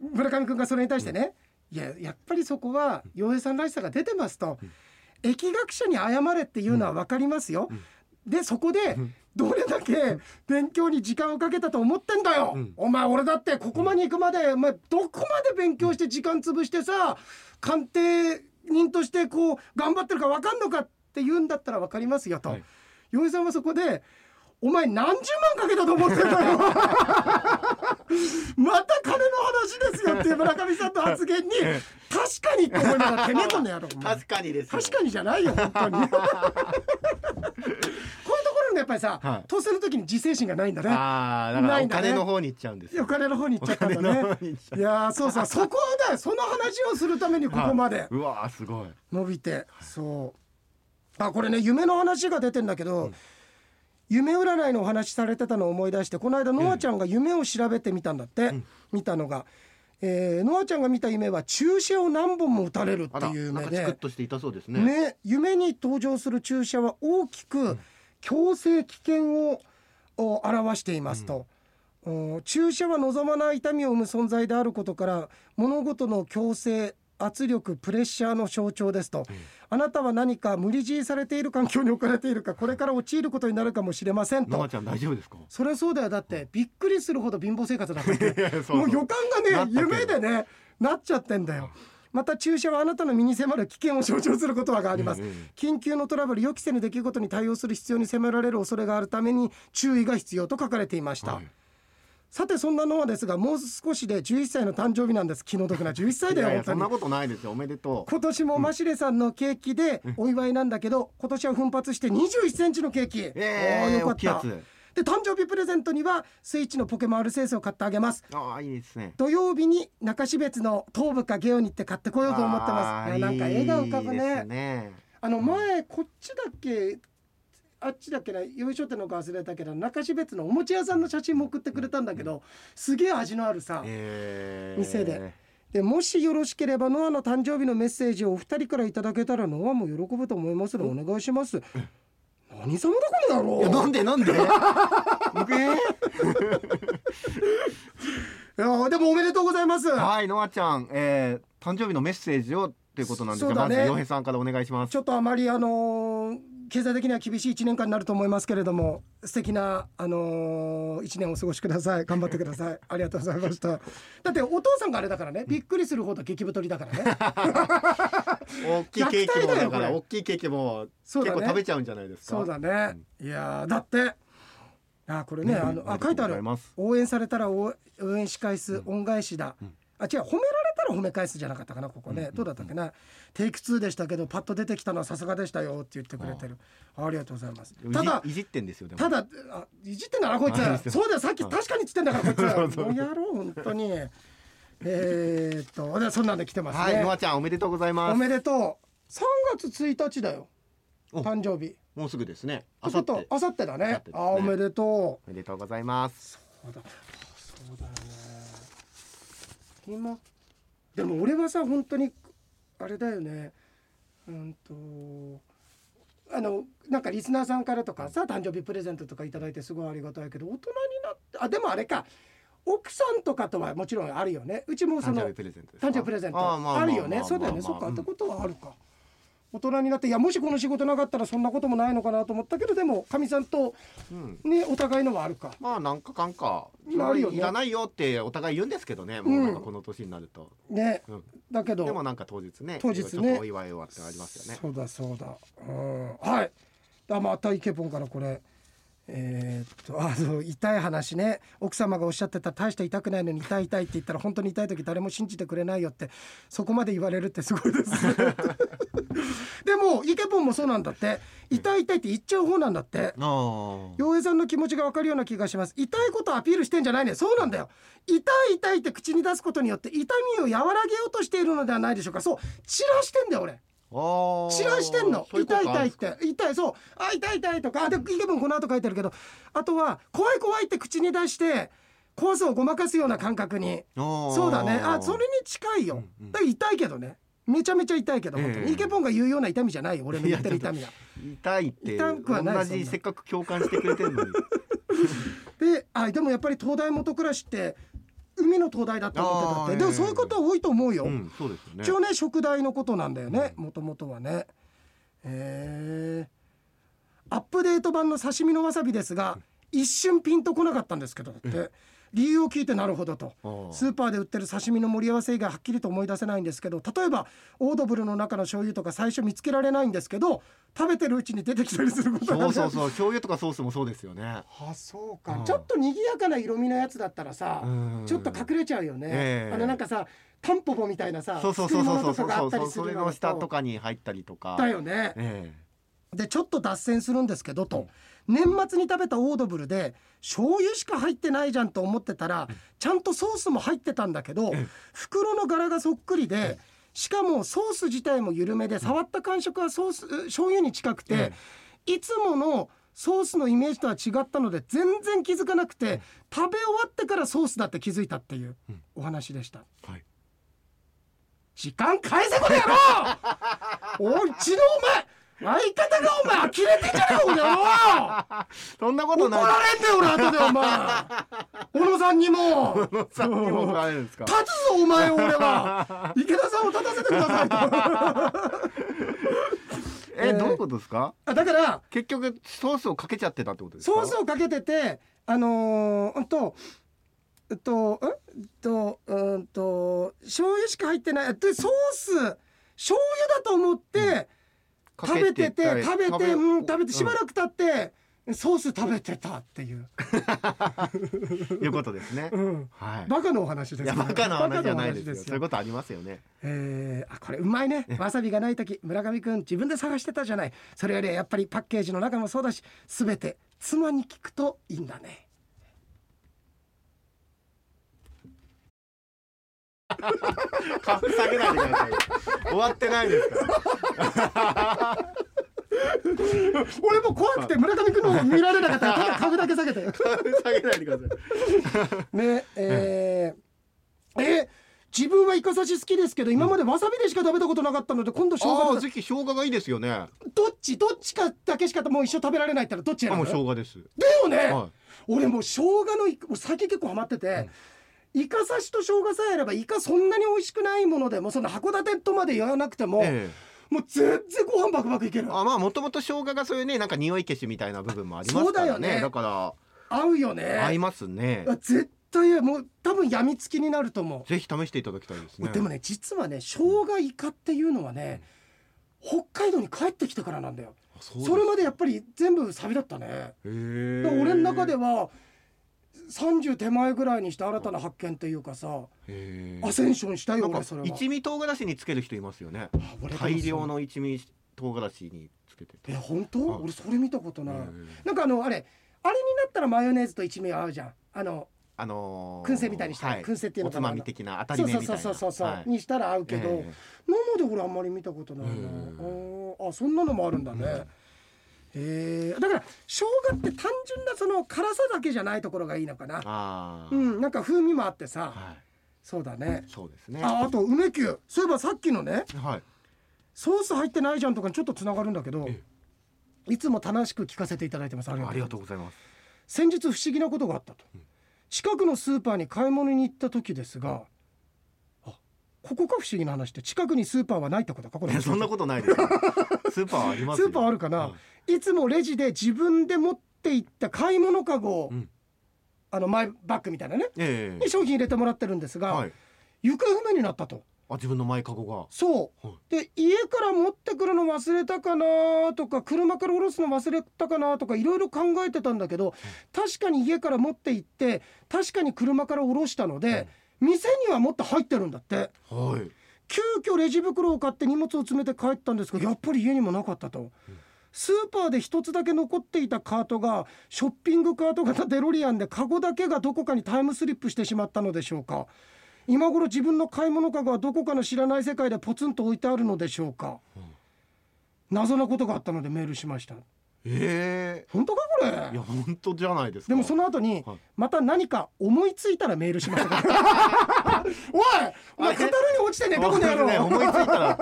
A: 村上君がそれに対してね、いややっぱりそこは洋平さんらしさが出てますと、疫学者に謝れっていうのは分かりますよ、でそこで、どれだけ勉強に時間をかけたと思ってんだよ、
B: うん
A: お前俺だってここまで行くまで、お前どこまで勉強して時間潰してさ鑑定人としてこう頑張ってるか分かんのかって言うんだったら分かりますよと、
B: はい
A: 洋平さんはそこでお前何十万かけたと思ってんだよ また金の話ですよっていう村上さんの発言に 確かにって思いながらてめえこの野郎お前
B: 確かにですよ
A: 確かにじゃないよ本 当にこういうところのやっぱりさ、
B: はい
A: とっさの時に自制心がないんだね
B: ああだから
A: ない
B: お
A: んだね
B: 金の方に行っちゃうんですよ
A: お金の方に行っちゃったんだ
B: お金の
A: ね
B: 方に行っちゃう
A: いやーそうさそこだよその話をするためにここまで
B: うわーすごい
A: 伸びてそうあこれね夢の話が出てんだけど、夢占いのお話されてたのを思い出してこの間ノアちゃんが夢を調べてみたんだって、見たのが、えーノアちゃんが見た夢は注射を何本も打たれるっ
B: あ
A: て
B: ら
A: いう
B: な
A: 夢
B: んかチ
A: で
B: クッとしていたそうですね
A: ね、夢に登場する注射は大きく強制危険をお表していますと、うん注射は望まない痛みを生む存在であることから物事の強制圧力プレッシャーの象徴ですと、あなたは何か無理強いされている環境に置かれているかこれから陥ることになるかもしれません
B: ノ
A: と
B: アちゃん大丈夫ですか
A: それそうだよだってびっくりするほど貧乏生活だったんだ よ
B: いやそうそう
A: もう予感がね
B: なった
A: 夢
B: けど
A: でねなっちゃってんだよまた注射はあなたの身に迫る危険を象徴する言葉があります、
B: うんうん
A: 緊急のトラブル予期せぬ出来事に対応する必要に迫られる恐れがあるために注意が必要と書かれていました、
B: はい
A: さてそんなノアですがもう少しで11歳の誕生日なんです気の毒な11歳
B: い
A: だよ
B: やい
A: 本
B: や
A: 当
B: そん
A: に
B: なことないですよおめでとう
A: 今年もマシレさんのケーキでお祝いなんだけど、今年は奮発して21センチのケーキ、お
B: え
A: ー
B: え
A: よか
B: 大きいや
A: った
B: つ
A: で誕生日プレゼントにはスイッチのポケモンアルセースを買ってあげます
B: ああいいですね
A: 土曜日に中標津の東部かゲオに行って買ってこようと思ってます
B: あ
A: い
B: ー
A: やなんか絵が浮かぶね
B: いいですね
A: あの前こっちだっけあっちだっけなよいしょってのか忘れたけど中標津のお餅屋さんの写真も送ってくれたんだけどすげえ味のあるさ、
B: ええ
A: 店ででもしよろしければノアの誕生日のメッセージをお二人からいただけたらノアも喜ぶと思いますのでお願いします何様だこの
B: いや
A: 野
B: な
A: 郎
B: んでなんで僕え
A: いやでもおめでとうございます
B: ーはいノアちゃんえー誕生日のメッセージをということなんです
A: そ
B: が
A: うだ
B: ま
A: ね
B: ず洋平さんからお願いします
A: ちょっとあまりあのー経済的には厳しい1年間になると思いますけれども素敵なあの1年をお過ごしください頑張ってくだ さいありがとうございましただってお父さんがあれだからねびっくりするほど激太りだからね
B: 大きいケーキ
A: 虐
B: もだ
A: 待
B: か
A: だよ
B: ら
A: これ
B: 大きいケーキも結
A: そうだね
B: 構食べちゃうんじゃないですか
A: そうだねいやーだってあこれね
B: うん
A: あの
B: あ
A: あ
B: りがとう
A: 書いてあ
B: ござ
A: る
B: います
A: 応援されたら応応援し返す恩返しだ、あ違う褒められたら褒め返すじゃなかったかなここね、どうだったっけなテイク2でしたけどパッと出てきたのはさすがでしたよって言ってくれてるありがとうございますただ
B: いじいじってんですよでも
A: ただあいじってんだなこい
B: はい
A: つそうだよさっき確かにっつってんだ からこいつもうやろう本当にえー、っとでそんなんで来てます
B: はい
A: ね、
B: ノアちゃんおめでとうございま
A: お
B: す
A: めでとう3月1日だよ
B: お
A: 誕生日
B: もうすぐですね
A: あ
B: あ
A: さっ
B: さってて
A: あさってだね
B: 明後日ですね
A: あおめでとう
B: おめでとうございます
A: そうだあそうだよね今でも俺はさ本当にあれだよねうんとあのなんかリスナーさんからとかさ誕生日プレゼントとかいただいてすごいありがたいけど大人になってあでもあれか奥さんとかとはもちろんあるよねうちもそ
B: 誕
A: の
B: 生日プレゼントですか
A: 誕生日プレゼント
B: あーまあま
A: あるよね
B: まあ
A: そうだよね
B: まあ
A: そ
B: ま
A: っ
B: あ
A: か
B: う
A: っ
B: ん
A: てことはあるか大人になっていやもしこの仕事なかったらそんなこともないのかなと思ったけどでもかみさんと
B: うん
A: ねお互いのはあるか
B: まあなんかかんか
A: まああるよね
B: いらないよってお互い言うんですけどねもうなんかこの年になると、
A: ね
B: うん
A: だけど
B: でもなんか当日ね
A: 当日ね
B: ちょっとお祝いはってありますよね
A: そうだそうだ。うん、はい。あまたイケポンからこれ。えーっとあそう痛い話ね奥様がおっしゃってた大して痛くないのに痛い痛いって言ったら本当に痛い時誰も信じてくれないよってそこまで言われるってすごいです ねでもイケポンもそうなんだって痛い痛いって言っちゃう方なんだって
B: あ
A: 洋平さんの気持ちがわかるような気がします痛いことをアピールしてんじゃないねそうなんだよ痛い痛いって口に出すことによって痛みを和らげようとしているのではないでしょうかそう散らしてんだよ俺
B: あ
A: 散らしてんの
B: そういうこ
A: 痛い
B: と
A: 痛いっ
B: あ
A: て痛いそうあ痛い痛いとかあでイケボンこの後書いてあるけどあとは怖い怖いって口に出して怖さをごまかすような感覚に
B: ー
A: そうだねあそれに近いよだから痛いけどねめちゃめちゃ痛いけど本当
B: ええ
A: にイケボンが言うような痛みじゃないよ俺の言ってる痛みが
B: 痛いって
A: 痛くはない
B: 同
A: そん
B: じ
A: な
B: せっかく共感してくれてるのに
A: であでもやっぱり東大元暮らしって海の東大だって思ってたっ
B: あー
A: てでも
B: ええ
A: そういうこと多いと思うよ、
B: うんそうですよね
A: 一応ね食材のことなんだよねもともとはねえーアップデート版の刺身のわさびですが一瞬ピンとこなかったんですけどだって理由を聞いてなるほどと
B: あー
A: スーパーで売ってる刺身の盛り合わせ以外はっきりと思い出せないんですけど例えばオードブルの中の醤油とか最初見つけられないんですけど食べてるうちに出てきたりすることがある
B: そうそうそう醤油とかソースもそうですよね
A: あそうか、
B: うん
A: ちょっと賑やかな色味のやつだったらさ、
B: うん
A: ちょっと隠れちゃうよね、
B: ええ
A: あのなんかさタンポポみたいなさ
B: そうそうそうそうそう
A: 作り物とかあ
B: そ
A: っ
B: う
A: た
B: そ
A: り
B: う
A: す
B: そ
A: る
B: れの下とかに入ったりとか
A: だよね
B: え
A: でちょっと脱線するんですけどと年末に食べたオードブルで醤油しか入ってないじゃんと思ってたらちゃんとソースも入ってたんだけど袋の柄がそっくりでしかもソース自体も緩めで触った感触はソースう醤油に近くていつものソースのイメージとは違ったので全然気づかなくて食べ終わってからソースだって気づいたっていうお話でした。
B: えはい
A: 時間返せこの野郎おいうちのお前相方がお前呆れてんじゃねえかこの野郎
B: そんなこと
A: 怒
B: ない
A: られんだよ俺後でお前俺もさんにも
B: 小野さんにも怒られるんですか
A: 立つぞお前を俺は池田さんを立たせてくださいと
B: え
A: えー
B: どういうことですか
A: あだから
B: 結局ソースをかけちゃってたってことですか
A: ソースをかけててあのー、うんとうんとうんとうんと醤油しか入ってないでソース醤油だと思って
B: か
A: 食
B: け
A: べてて、
B: たり
A: 食べてうん食べてしばら
B: う
A: く経って、ソース食べてたっていう、
B: んいうことですね
A: うん、
B: はい
A: バカのお話です
B: い
A: ね
B: やバカな話じゃないです
A: バカのお話
B: よそういうことありますよね
A: えーあこれうまいねわさびがない時村上くん自分で探してたじゃないそれよりやっぱりパッケージの中もそうだし全て妻に聞くといいんだね
B: カフ下げないでください終わってないですから
A: 俺も怖くて村上くんの方見られなかったらただ株だけ 下げ て
B: カフ下げないでください
A: ねえーえ自分はイカ刺し好きですけど今までわさびでしか食べたことなかったので今度生
B: あ
A: 姜
B: あ
A: で
B: ぜひ生姜がいいですよねあ
A: どっちどっちかだけしかもう一生食べられないったらどっち選
B: も
A: ぶ
B: う生姜です
A: だよね、
B: は
A: 俺もう生姜のいもう最近結構ハマってて、イカ刺しと生姜さえあればイカそんなに美味しくないものでもそんな函館とまで言わなくても、
B: ええ
A: もう全然ご飯バクバクいける
B: あまあもともと生姜がそういうねなんか匂い消しみたいな部分もありま
A: そ
B: すから
A: うだよ
B: ね
A: ね
B: だか
A: 合うよ
B: ら合い
A: ね
B: ますね
A: あ絶対もう多分やみつきになると思
B: ぜひ試していただきたいです
A: う、
B: ね
A: でもね実はね生姜イカっていうのはね、北海道に帰ってきてからなんだよ
B: あ
A: そう
B: です
A: れまでやっぱり全部サビだったね
B: へ
A: だ
B: え
A: から俺の中では30手前ぐらいにして新たな発見というかさ
B: へえ
A: アセンションしたよ
B: なんか
A: 俺それは
B: 一味唐辛子につける人いますよね
A: あ俺でもそう
B: 大量の一味唐辛子につけて
A: え本当
B: はい
A: 俺それ見たことない、
B: へえ
A: なんかあのあれあれになったらマヨネーズと一味合うじゃんあの
B: あのー
A: 燻製みたいにしたら、
B: はい
A: 燻製っていう
B: お
A: の
B: つ
A: かな
B: まみ的な当た
A: そ
B: り
A: う
B: 目
A: そ
B: み
A: う
B: た
A: そ
B: いうな
A: そうそうそう、
B: はい
A: にしたら合うけど、
B: ええ
A: 生で俺あんまり見たことないな、
B: うん
A: あーあそんなのもあるんだね、
B: うん
A: えーだから生姜って単純なその辛さだけじゃないところがいいのかな
B: ああ、
A: うんなんか風味もあってさ、
B: は
A: そうだね
B: い、そうですね。
A: ああと梅球そういえばさっきのね
B: はい、
A: ソース入ってないじゃんとかにちょっとつながるんだけど
B: え
A: いつも楽しく聞かせていただいてますありがとうございま
B: あ
A: す
B: りがとうございます。
A: 先日不思議なことがあったと、近くのスーパーに買い物に行った時ですが、あここか不思議な話って近くにスーパーはないってことかこれ
B: いや そんなことないですよ。スーパーあります
A: ス
B: よ。
A: ーパーあるかな、
B: うん
A: いつもレジで自分で持って行った買い物かごを、
B: うん
A: あのマイバッグみたいなね
B: ええ
A: に商品入れてもらってるんですが、
B: はい。
A: 行方不明になったと
B: あ自分の前カゴ
A: そう、
B: はい
A: で家から持ってくるの忘れたかなとか車から降ろすの忘れたかなとかいろいろ考えてたんだけど確かに家から持って行って確かに車から降ろしたので、店にはもっと入ってるんだって
B: がはい。
A: 急遽レジ袋を買って荷物を詰めて帰ったんですがやっぱり家にもなかったと。スーパーで一つだけ残っていたカートがショッピングカート型デロリアンでカゴだけがどこかにタイムスリップしてしまったのでしょうか今頃自分の買い物カゴはどこかの知らない世界でポツンと置いてあるのでしょうか、謎なことがあったのでメールしました
B: え
A: 本当かこれ
B: えいや本当じゃないですか。
A: でもそ
B: の
A: の後に
B: はい
A: また何か思いついたらメールしましたから おいお前
B: あ
A: 語
B: れ
A: るに落ちてねえどこの野
B: ね
A: 郎
B: 思いつい たら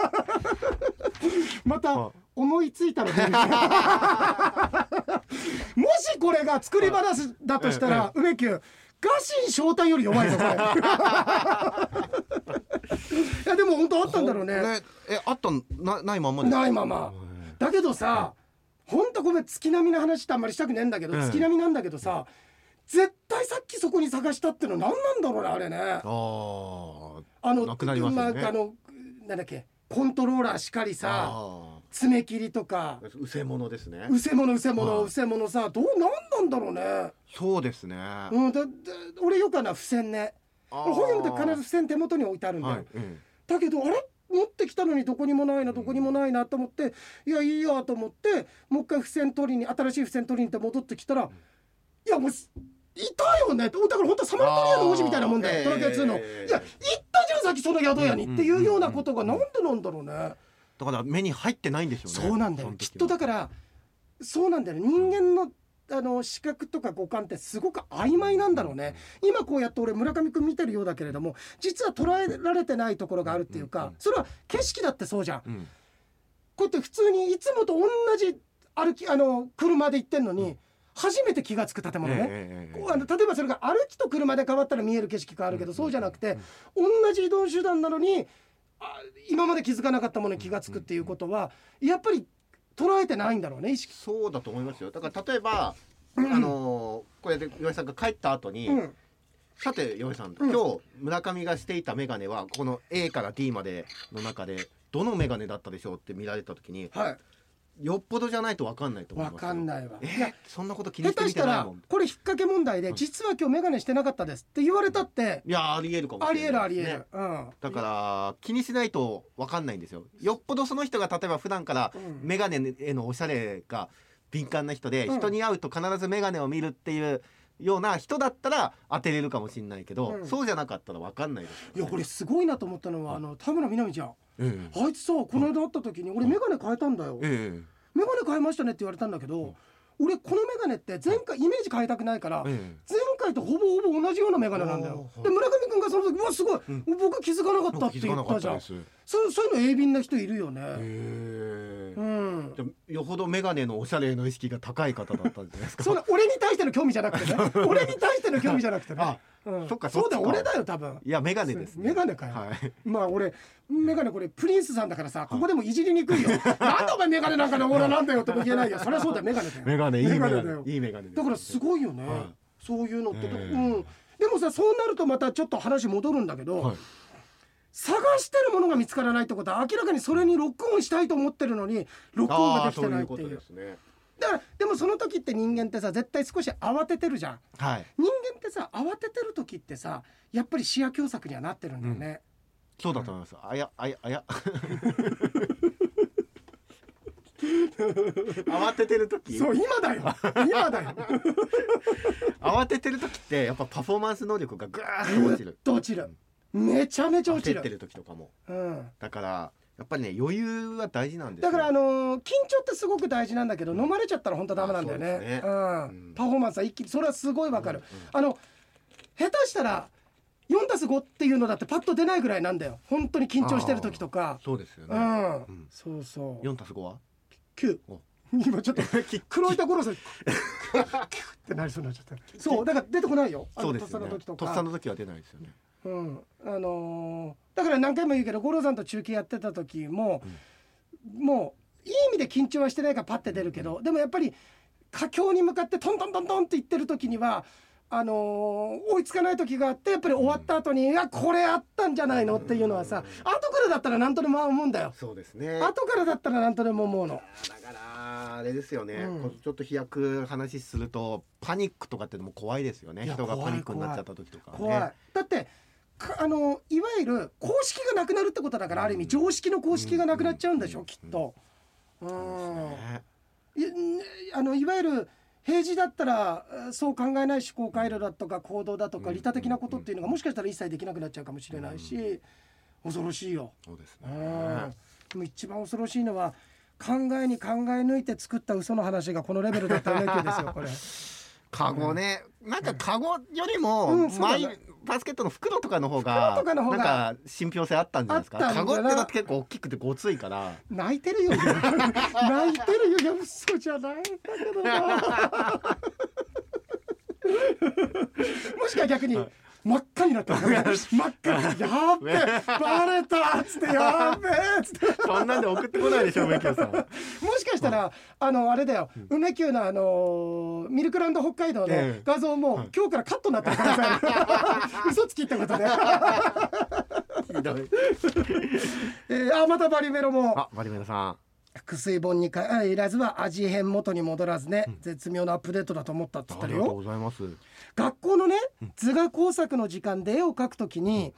A: また
B: は
A: 思いついたら出 るもしこれが作り話だとしたら梅宮ガシン翔太より弱 いぞこれいやでも本当あったんだろうね
B: えあったんなないまんまですか。
A: ないままだけどさ本当ごめん月並みの話ってあんまりしたくねえんだけど
B: ええ
A: 月並みなんだけどさ絶対さっきそこに探したっての何なんだろうねあれね
B: あ
A: あの
B: なくなりますよね
A: あのなんだっけコントローラーしかり
B: あ。
A: さ爪切りとか
B: あー。うせ物ですね
A: う。せものうせもの
B: はいう
A: せものさどうなんなんだろうね。
B: そうですね。
A: うんだだ俺よくあるのは付箋ね。俺本読むと必ず付箋手元に置いてあるんだよ。
B: はい。うん
A: だけどあれ持ってきたのにどこにもないなどこにもないなと思っていやいいやと思ってもう一回付箋取りに新しい付箋取りに行って戻ってきたらいやもうすいたよねってだから本当サマリタリアの王子みたいなもんだよ
B: あー
A: ドラクエ2の。
B: えー
A: いや行ったじゃんさっきその宿屋にっていうようなことが
B: うんうん
A: な
B: うんん
A: でなんだろうね。
B: だから目に入ってないんでしょうね。
A: そうなんだよ
B: その時
A: き
B: は
A: っとだからそうなんだよね人間のあの視覚とか五感ってすごく曖昧なんだろうね今こうやって俺村上君見てるようだけれども実は捉えられてないところがあるっていう
B: うんう
A: か
B: んうん
A: それは景色だってそうじゃん
B: うん。
A: こうやって普通にいつもと同じ歩きあの車で行ってんのに初めて気が付く建物ね、
B: ええええ
A: こうあの例えばそれが歩きと車で変わったら見える景色変わるけど、そうじゃなくて、同じ移動手段なのにあ今まで気づかなかったものに気が付くっていうことは、やっぱり捉えてないんだろうね意識。
B: そうだと思いますよだから例えば、
A: うん
B: あのーこれで岩井さんが帰った後に、
A: うん
B: さて岩井さん、
A: うん
B: 今日村上がしていた眼鏡はこの A から D までの中でどの眼鏡だったでしょうって見られた時に
A: は
B: よっぽどじゃないと分かんないと
A: い、
B: 思い
A: わ
B: ますよ
A: かんないわ。
B: え
A: いや
B: そんなこと気に
A: 下
B: して
A: 手
B: み
A: してた
B: ない
A: ら
B: もん
A: これ引っ掛け問題で、実は今日眼鏡してなかったですって言われたって、
B: いやありえるかも
A: あ
B: し
A: りえ
B: れ
A: る
B: ない
A: ありえ
B: ね
A: る、うん、
B: だから気にしないと分かんないんですよよっぽどその人が例えば普段から
A: うん
B: 眼鏡へのおしゃれが敏感な人で、
A: うん
B: 人に会うと必ず眼鏡を見るっていうような人だったら当てれるかもしれないけど、
A: うん
B: そうじゃなかったら分かんないです
A: いやこれすごいなと思ったのはあの田村みな実ちゃん
B: ええ
A: あいつさこの間会った時に俺眼鏡変えたんだよ
B: え
A: 眼鏡変えましたねって言われたんだけど俺この眼鏡って前回イメージ変えたくないから
B: え
A: 前
B: え
A: 回とほぼほぼ同じような眼鏡なんだよ
B: おー
A: で村上君がその時「うわすごい
B: うん
A: 僕気づかなかった」って言ったじゃん
B: すへ
A: そうそういうの鋭敏な人いるよ
B: え
A: ねうん
B: じゃあよほど眼鏡のおしゃれの意識が高い方だったんじゃないですか
A: そんな俺に対しての興味じゃなくてね 俺に対しての興味じゃなくてね
B: あ
A: うん
B: そっかそ
A: そ
B: っ
A: う
B: ちか
A: だよ俺だよ多分
B: いや眼鏡です、ね、
A: 眼鏡かよ
B: はい
A: まあ俺メガネこれプリンスさんだからさここでもいじりにくいよなんでお前メガネなんかで俺はなんだよとも言えないよそりゃそうだよメガネだよ
B: 眼鏡いい眼
A: メガネだよ
B: 鏡いい眼鏡です
A: だからすごいよね、
B: はい
A: そういうのって、
B: ええ
A: うんでもさそうなるとまたちょっと話戻るんだけど、
B: はい
A: 探してるものが見つからないってことは明らかにそれにロックオンしたいと思ってるのにロックオンができてないっていう
B: すね
A: だからでもその時って人間ってさ絶対少し慌ててるじゃん
B: はい
A: 人間ってさ慌ててる時ってさやっぱり視野狭窄にはなってるんだよね、
B: そうだと思います、あやあや あや慌ててる時
A: そう今だよ今 だよ
B: 慌ててる時ってやっぱパフォーマンス能力がぐーっと落ちる
A: ど落ちるめちゃめちゃ落ち
B: 焦
A: る
B: ってる時とかも
A: うん
B: だからやっぱりね余裕は大事なんです
A: だ
B: よ
A: からあのー緊張ってすごく大事なんだけど飲まれちゃったら本当ダメなんだよ
B: あ
A: ね
B: そうですね
A: うん
B: うん
A: パフォーマンスは一気にそれはすごいわかる、
B: うん
A: あの下手したら4たす5っていうのだってパッと出ないぐらいなんだよ本当に緊張してる時とか、
B: そうですよ
A: う
B: ね
A: ん、
B: うん
A: そうそう
B: 四足す五は
A: 9
B: お
A: 今 ちょっと黒板五郎さんキュッってなりそうになっちゃったそうだから出てこないよあ
B: そ
A: の
B: うで
A: とっ
B: す
A: さ
B: よ
A: の
B: ね
A: 時と
B: とっ
A: か
B: さの時は出ないですよね
A: うんあのーだから何回も言うけど五郎さんと中継やってた時も、もういい意味で緊張はしてないからパッて出るけど、でもやっぱり佳境に向かってトントントントンって言ってる時にはあのー追いつかない時があってやっぱり終わった後に「いやこれあったんじゃないの?」っていうのはさ、後からだったら何とでも思うんだよ。
B: そうですね
A: 後からだったら何とでも思うの。
B: だからあれですよね、
A: うん
B: こうちょっと飛躍話するとパニックとかってのも怖いですよね
A: いや
B: 人が
A: 怖い
B: パニックになっちゃった時とかね
A: 怖い、だってかあのいわゆる公式がなくなるってことだからある意味常識の公式がなくなっちゃうんでしょ、
B: うん
A: きっと。う
B: そうんですね
A: いねあのいわゆる平時だったらえーそう考えない思考回路だとか行動だとか
B: うん
A: 利他的なことっていうのがもしかしたら一切できなくなっちゃうかもしれないし恐ろしいよ。
B: そうです
A: う
B: ね
A: んでも一番恐ろしいのは考えに考え抜いて作った嘘の話がこのレベルだったら NHK ですよこれ。
B: カゴね、なんかカゴより
A: う
B: も
A: んそうだ
B: マ
A: ね
B: イバスケットの袋とかの方が
A: 袋とかの方が
B: なんか信憑性あったんじゃないですか
A: あったんだ
B: カゴ
A: な
B: ってだって結構大きくてごついから
A: 泣いてるよ 泣いてるよいや嘘じゃないんだけどな もしか逆に真っ赤になったの 真っ赤にやっべバレたっつってやっべっつって
B: そんなんで送ってこないでしょ梅木さん
A: もしかしたら、あのあれだよ、梅宮のあのーミルクランド北海道の
B: ええ
A: 画像も、今日からカットになってる可能性あ る嘘つきってことね、
B: ひどい
A: えー、あまたバリメロも
B: あマリメラさ
A: 腹水本に帰らずは味変元に戻らずね、絶妙なアップデートだと思ったっつっ
B: んあ
A: て
B: り
A: る
B: がとう
A: よ
B: ございます
A: 学校のね図画工作の時間で絵を描くときに、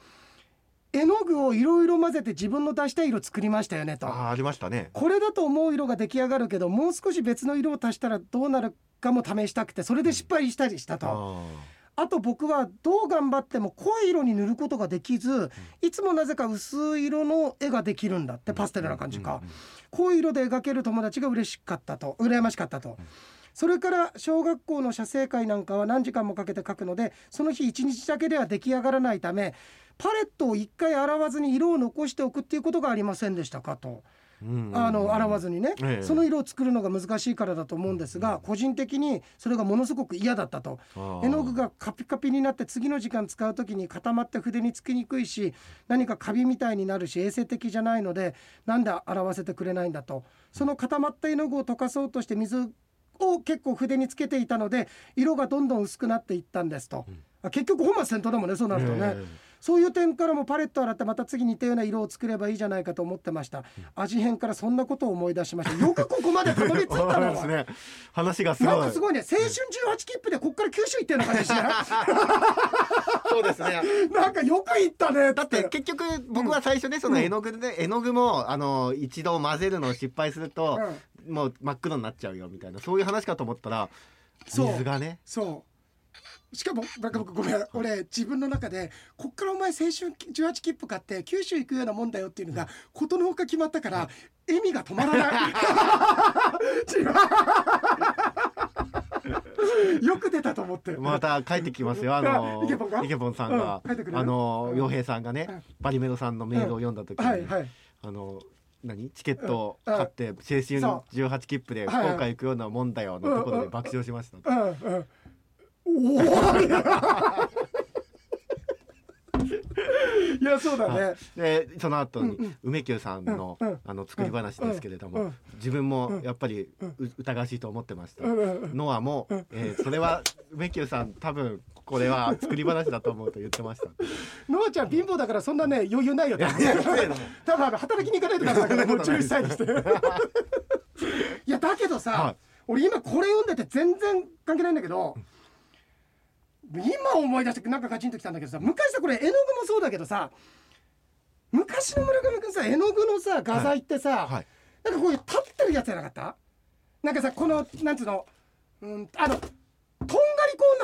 A: 絵の具をいろいろ混ぜて自分の出したい色作りましたよねと
B: あありましたね
A: これだと思う色が出来上がるけどもう少し別の色を足したらどうなるかも試したくてそれで失敗したりしたと、
B: あ
A: あと僕はどう頑張っても濃い色に塗ることができずいつもなぜか薄い色の絵ができるんだってパステルな感じか濃い色で描ける友達が嬉しかったと羨ましかったと。それから小学校の写生会なんかは何時間もかけて描くのでその日一日だけでは出来上がらないためパレットを一回洗わずに色を残しておくっていうことがありませんでしたかと。あの洗わずにね、
B: ええ
A: その色を作るのが難しいからだと思うんですが、個人的にそれがものすごく嫌だったと絵の具がカピカピになって次の時間使う時に固まって筆につきにくいし何かカビみたいになるし衛生的じゃないのでなんで洗わせてくれないんだとその固まった絵の具を溶かそうとして水を結構筆につけていたので色がどんどん薄くなっていったんですと、あ結局本末転倒だもんねそうなるとね。
B: ええ
A: そういう点からもパレット洗ってまた次似たような色を作ればいいじゃないかと思ってました味変からそんなことを思い出しましたよくここまでたどり着いた
B: そう
A: の
B: です
A: は、
B: ね話がすごい
A: なんかすごいね青春18切符でこっから九州行ってるのかね知らん
B: そうですね
A: なんかよく行ったね
B: だって結局僕は最初ねその絵の具で絵の具もあの一度混ぜるのを失敗するともう真っ黒になっちゃうよみたいなそういう話かと思ったら
A: そう
B: 水がね
A: そうしかもなんか僕ごめん俺自分の中でこっからお前青春18切符買って九州行くようなもんだよっていうのがことのほか決まったから笑みが止まらない違うよく出たと思って
B: また帰ってきますよあの
A: イケポンが
B: イケポンさんが
A: うん帰ってくる
B: あの
A: うん
B: 洋平さんが
A: うん
B: ねバリメロさんのメールを読んだ時
A: はい
B: に
A: はい
B: あの何チケットを買って青春18切符で福岡行くようなもんだよのところで爆笑しました
A: うんうんおーいやそうだね
B: でその後に
A: うんう
B: 梅久さんの
A: うんうん
B: あの作り話ですけれど
A: うんう
B: も
A: ん
B: 自分もやっぱり
A: うん
B: う疑わしいと思ってました
A: うんうんうん
B: ノアも
A: うん
B: えーそれは梅久さん多分これは作り話だと思うと言って ました
A: ノアちゃん貧乏だからそんなね余裕ないよ多分
B: いや失礼な
A: 多分あの働きに行かないとダメだ からもう
B: そんなことない
A: 11歳にして いやだけどさ、
B: はい
A: 俺今これ読んでて全然関係ないんだけど今思い出してなんかガチンときたんだけどさ昔さこれ絵の具もそうだけどさ昔の村上君さ絵の具のさ画材ってさ、
B: はい
A: なんかこういう立ってるやつじゃなかったなんかさこのなんつうのうんあのとんがりコー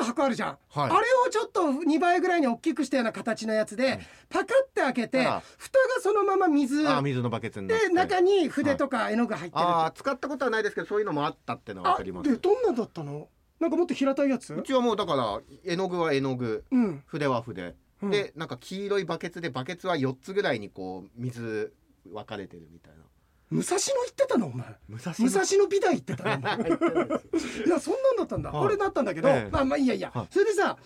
A: ンの箱あるじゃん、
B: は
A: あ
B: い
A: れをちょっと2倍ぐらいに大きくしたような形のやつで、パカって開けて
B: ああ
A: 蓋がそのまま水
B: あー水のバケツになっ
A: で
B: て
A: 中に筆とか絵の具入ってるって、
B: ああ使ったことはないですけどそういうのもあったってのは分かりま
A: あですどんなだったのなんかもっと平たいやつ
B: うちはもうだから絵の具は絵の具
A: うん
B: 筆は筆、
A: うん
B: でなんか黄色いバケツでバケツは4つぐらいにこう水分かれてるみたいな
A: 武蔵野行ってたのお前
B: 武蔵
A: 武 蔵野美大行ってたのお 前いやそんなんだったんだ、
B: はい
A: 俺だったんだけど、
B: ええ
A: まあまあいいやいや、
B: はい
A: それでさ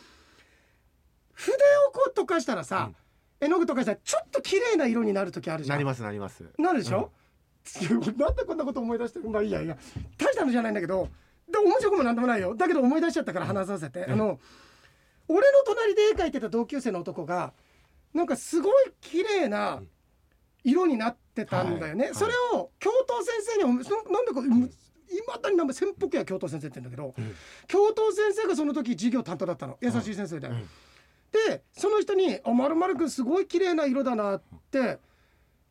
A: 筆をこう溶かしたらさ、絵の具溶かしたらちょっと綺麗な色になる時あるじゃ
B: なんりますなります
A: なるでしょ、 なんでこんなこと思い出してるまあいいやいや大したのじゃないんだけどで面白くもなんでもないよだけど思い出しちゃったから話させて、あの俺の隣で絵描いてた同級生の男がなんかすごい綺麗な色になってたんだよね、
B: はい
A: それを教頭先生におそなんでかいまだになんか先北や教頭先生って言うんだけど、教頭先生がその時授業担当だったの優しい先生で、でその人に「あまるまるくんすごい綺麗な色だな」って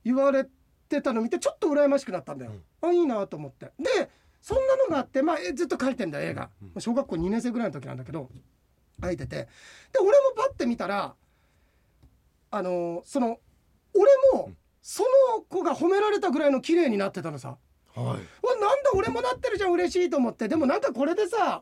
A: 言われてたの見てちょっと羨ましくなったんだよ、あいいなと思ってでそんなのがあって、まあ、えずっと描いてんだよ絵が、小学校2年生ぐらいの時なんだけど描いててで俺もパッて見たらあのーその俺もその子が褒められたぐらいの綺麗になってたのさ。
B: は
A: うわなんだ俺もなってるじゃん嬉しいと思ってでもなんかこれでさ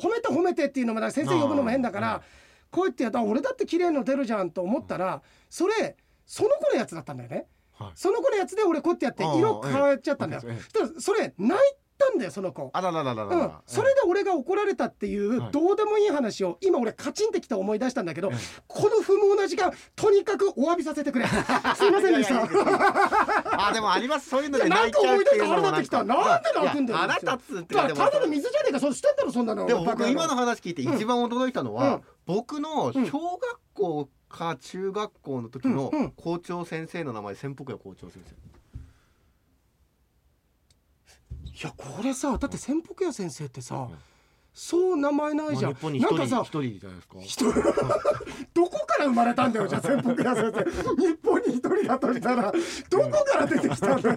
A: 褒めて褒めてっていうのもなんか先生呼ぶのも変だからこうやってやったら俺だって綺麗なの出るじゃんと思ったらそれその子のやつだったんだよね
B: はい
A: その子のやつで俺こうやってやって
B: あー
A: 色変えちゃったんだよ
B: ええ
A: そしたらそれ泣いたんだよその子
B: あらららららら、
A: うん、それで俺が怒られたっていう
B: はい
A: どうでもいい話を今俺カチンってきた思い出したんだけどこの不毛な時間とにかくお詫びさせてくれすいませんでし
B: いや
A: た
B: いやいやいやあでもありますそういうので
A: いや
B: 泣いちゃうっていうのも
A: なんか思い出して腹立ってきたなんで泣くんだよ
B: いや腹立つって
A: だ
B: か
A: か
B: で
A: ら
B: も
A: ただの水じゃねえかそうしてんだろそんなの
B: でも
A: バカ
B: 僕
A: 野郎
B: 今の話聞いて一番驚いたのは、
A: うん
B: 僕の小学校か中学校の時
A: うんうん
B: の校長先生の名前千北谷校長先生
A: いやこれさだって千北谷先生ってさ、
B: ん
A: そう名前ないじゃん、
B: まあ日本に一
A: なん
B: 人
A: か
B: 一
A: さ
B: 人じゃないですか
A: 人どこから生まれたんだよじゃあ千北谷先生 日本に一人だとしたらどこから出てきたんだよ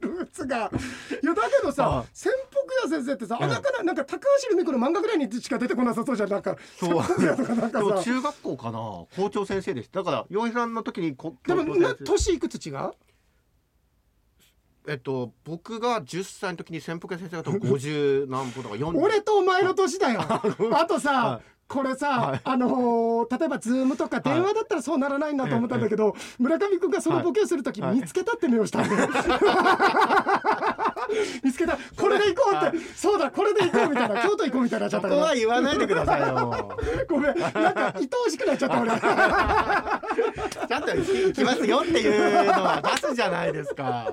A: ルーツがいやだけど
B: あ
A: さ
B: あ
A: 千北谷先生ってさ、
B: うん
A: あだからなんか高橋留美子の漫画ぐらいにしか出てこなさそうじゃんなんか
B: そう
A: 千北谷とかなん
B: でも
A: かさ
B: 中学校かな校長先生ですだから洋平さんの時にこ
A: でも
B: 校長
A: な
B: 先生
A: 年いくつ違う
B: えっと僕が10歳の時に千北谷先生が多分50何歩とか40
A: 俺とお前の年だよあとさ、
B: は
A: これさ、
B: はい
A: あのー例えばズームとか電話だったらそうならないんだと思ったんだけど、村上君がそのボケをするとき、
B: はい
A: 見つけたって目をしたんだ よ見つけたこれで行こうって、そうだこれで行こうみたいな京都行こうみたいになっちゃ
B: そ
A: ったか
B: こ
A: ら
B: は言わないでください よ。
A: ごめんなんか愛おしくなっちゃった俺
B: ちゃんと行きますよっていうのは出すじゃないですか。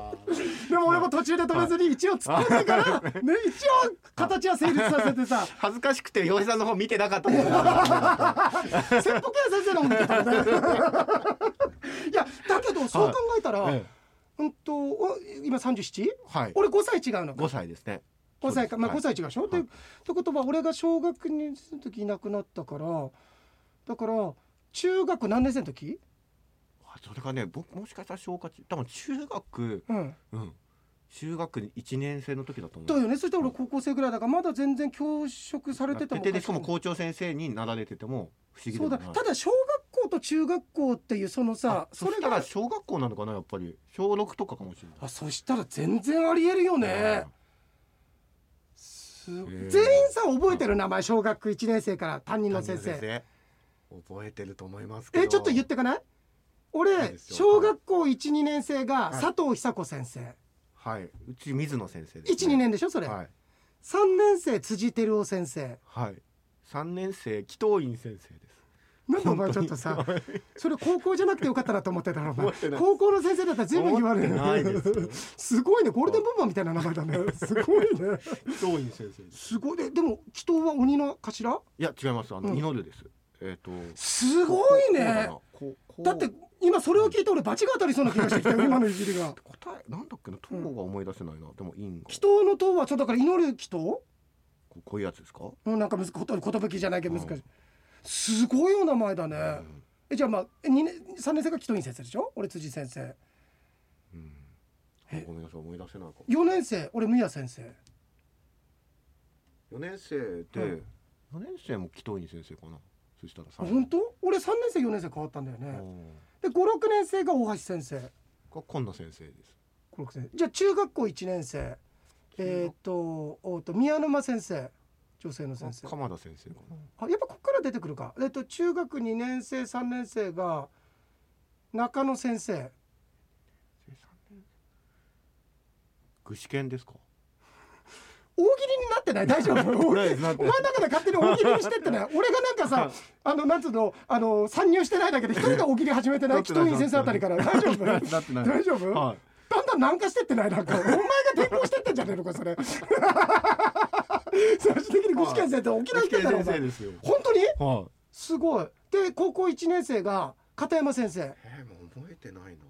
A: でも俺も途中で止めずに一応突っ込んでから、ね、一応形は成立させてさ
B: 恥ずかしくて洋平さんの方見てなかったですか
A: 切腹屋先生の方見てたんだよ いやだけどそう考えたら、
B: ら。え
A: うんとお今 37?
B: えはい。
A: 俺5歳違うの
B: 五歳ですね。
A: 5歳か、まあ、
B: そう
A: 5
B: です
A: 歳違うでしょ、
B: は
A: で
B: い
A: ってことは俺が小学2年生の時いなくなったからだから中学何年生の時、
B: あそれがね、僕もしかしたら小学多分中学、
A: うん、
B: うん、中学一年生の時だと思う。
A: だよねそしたら俺高校生ぐらいだからまだ全然教職されてたもん
B: ででしかも校長先生になられてても不思議で
A: そう
B: もな
A: だ
B: い。
A: ただ小学校と中学校っていうそのさ
B: あそ
A: それ
B: したら
A: が
B: 小学校なのかなやっぱり小六とかかもしれない。
A: あそしたら全然ありえるよねす
B: ー
A: 全員さ覚えてる名前小学1年生から担任の先生
B: 覚えてると思いますけど
A: えちょっと言ってかない
B: いい
A: 俺
B: ですよ
A: 小学校12年生が
B: はい
A: 佐藤久子先生、
B: はいうち水野先生です、
A: 12年でしょそれ、
B: はい
A: 3年生辻照夫先生
B: はい三年生紀藤院先生です
A: なんでお前ちょっとさ
B: 覚
A: それ高校じゃなくてよかったなと思ってたのお前
B: 思ってない
A: 高校の先生だったら随分言われる
B: ないですよ
A: すごいねゴールデンボンバーみたいな名前だねすごいね
B: 紀藤院先生です
A: すごいねでも祈祷は鬼の頭
B: いや違いますあの、
A: うん
B: 祈るですえっ、と
A: す
B: す
A: ごいねだって今それを聞いて俺バチが当たりそうな気がしてきたよ今のいじりが
B: 答えなんだっけな東が思い出せないな、でも院が
A: 祈祷の塔はちょっとだから祈る祈祷
B: ここういうやつですか、
A: うんなんかむずこと寿じゃないけど難しい、
B: うん
A: すごいお名前だね、
B: うん
A: えじゃあまあえ二年3年生が紀藤院先生でしょ俺辻先生
B: うん
A: え
B: ごめんなさい思い出せないかも
A: 4年生俺宮先生
B: 四年生
A: う
B: で四年生も紀藤院先生かなそしたら三
A: 本当俺3年生4年生変わったんだよ
B: あ
A: ねで
B: ー
A: 56年生が大橋先生
B: が今野先生です
A: 56年生じゃあ中学校1年生えーっとおっと宮沼先生女性の先生
B: 鎌田先生かな
A: あやっぱここから出てくるかえっと中学2年生3年生が中野先生
B: 具志堅 ですか
A: 大喜利になってない大丈夫
B: ないですなって
A: お前の中で勝手に大喜利にして ってない俺がなんかさあのなんつうのあの参入してないだけで一人が大喜利始めてな
B: ないって
A: 紀
B: ない
A: 藤院先生あたりから大丈夫
B: なってない
A: 大丈夫、
B: はい
A: だんだん軟化してってないなんかお前が転校してってんじゃねえのかそれ 最終的に具志堅先生沖縄行ってんだろお
B: 先生
A: 前
B: ですよ
A: 本当に
B: はい
A: すごいで高校1年生が片山先生
B: えー、もう覚えてないな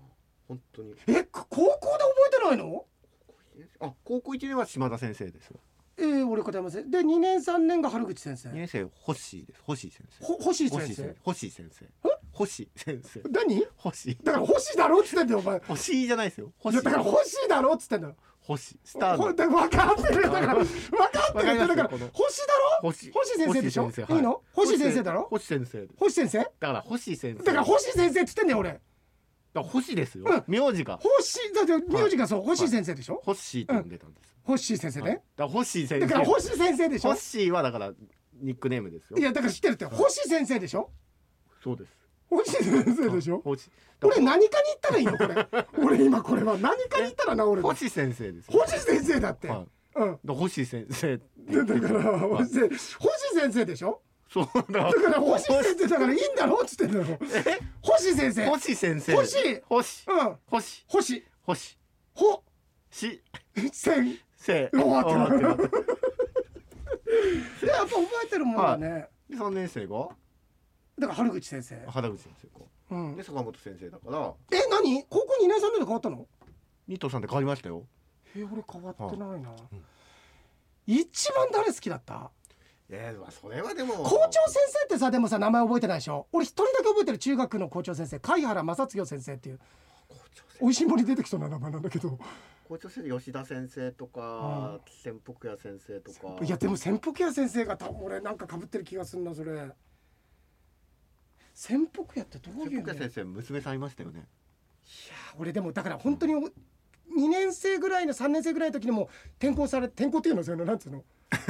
B: 本当に
A: えこ高校で覚えてないの
B: 高校一年生あ高校一年は島田先生です
A: えー、俺片山先生で2年3年が春口先生
B: 二年生星です星先生
A: ほ星先
B: 星
A: 生
B: 先生星先生星先生
A: 何
B: 星
A: だから星だろっつってんだよお前
B: 星じゃないですよ
A: い
B: 星
A: やだから星だろっつってんだよ
B: 星スター
A: ほ
B: の
A: んで分かってるだから分かってるってだから
B: わかりますよこの
A: 星だろ
B: 星
A: 星先生でしょ
B: 星先生はい
A: いの星先生だろ
B: 星先生です
A: 星先生
B: だから星先生
A: だから星先生っつってんだよ俺
B: だから星ですよ、
A: うん
B: 名字が
A: 星だって名字がそう星先生でしょ
B: 星って呼んでたんです、
A: 星先生
B: はいだ
A: ね
B: から星先生
A: だから星先生でしょ
B: 星はだからニックネームですよ
A: いやだから知ってるって星先生でしょ
B: そうです
A: 星先生でしょ
B: 星だか
A: 俺何かに行ったらいいのこれ俺今これは何かに行ったらな俺
B: ら
A: 星
B: 星先生ですよ
A: 先生だって
B: はい
A: うん
B: だ星先生
A: でだから星先星先生でしょ
B: そうだ
A: だから星先生だからいいんだろっつってんだろ
B: え
A: 星先生
B: 星先生
A: 星
B: 星
A: うん
B: 星
A: 星
B: 星
A: ほ
B: し
A: 先
B: せ
A: うわーってな
B: うわーってなっ
A: でやっぱ覚えてるもんだね、
B: てで三年生が
A: だから春口先生、
B: 原口先生か
A: うん
B: で、坂本先生だから
A: え何高校2年3年で変わったの
B: ニトさんって変わりましたよ
A: え俺変わってないな、
B: ん
A: 一番誰好きだった
B: ええそれはでも
A: 校長先生ってさでもさ名前覚えてないでしょ俺一人だけ覚えてる中学の校長先生貝原正剛先生っていう
B: 校長先
A: おいしんぼに出てきそうな名前なんだけど
B: 生校長先生吉田先生とか潜伏屋先生とか
A: いやでも潜伏屋先生が多分俺なんか被ってる気がするなそれ潜伏屋ってどうい
B: 潜
A: う
B: 伏
A: ね
B: 屋先生娘さんいましたよね
A: 俺でもだから本当にお2年生ぐらいの3年生ぐらいの時にも転校され転校っていうのそのなんつうの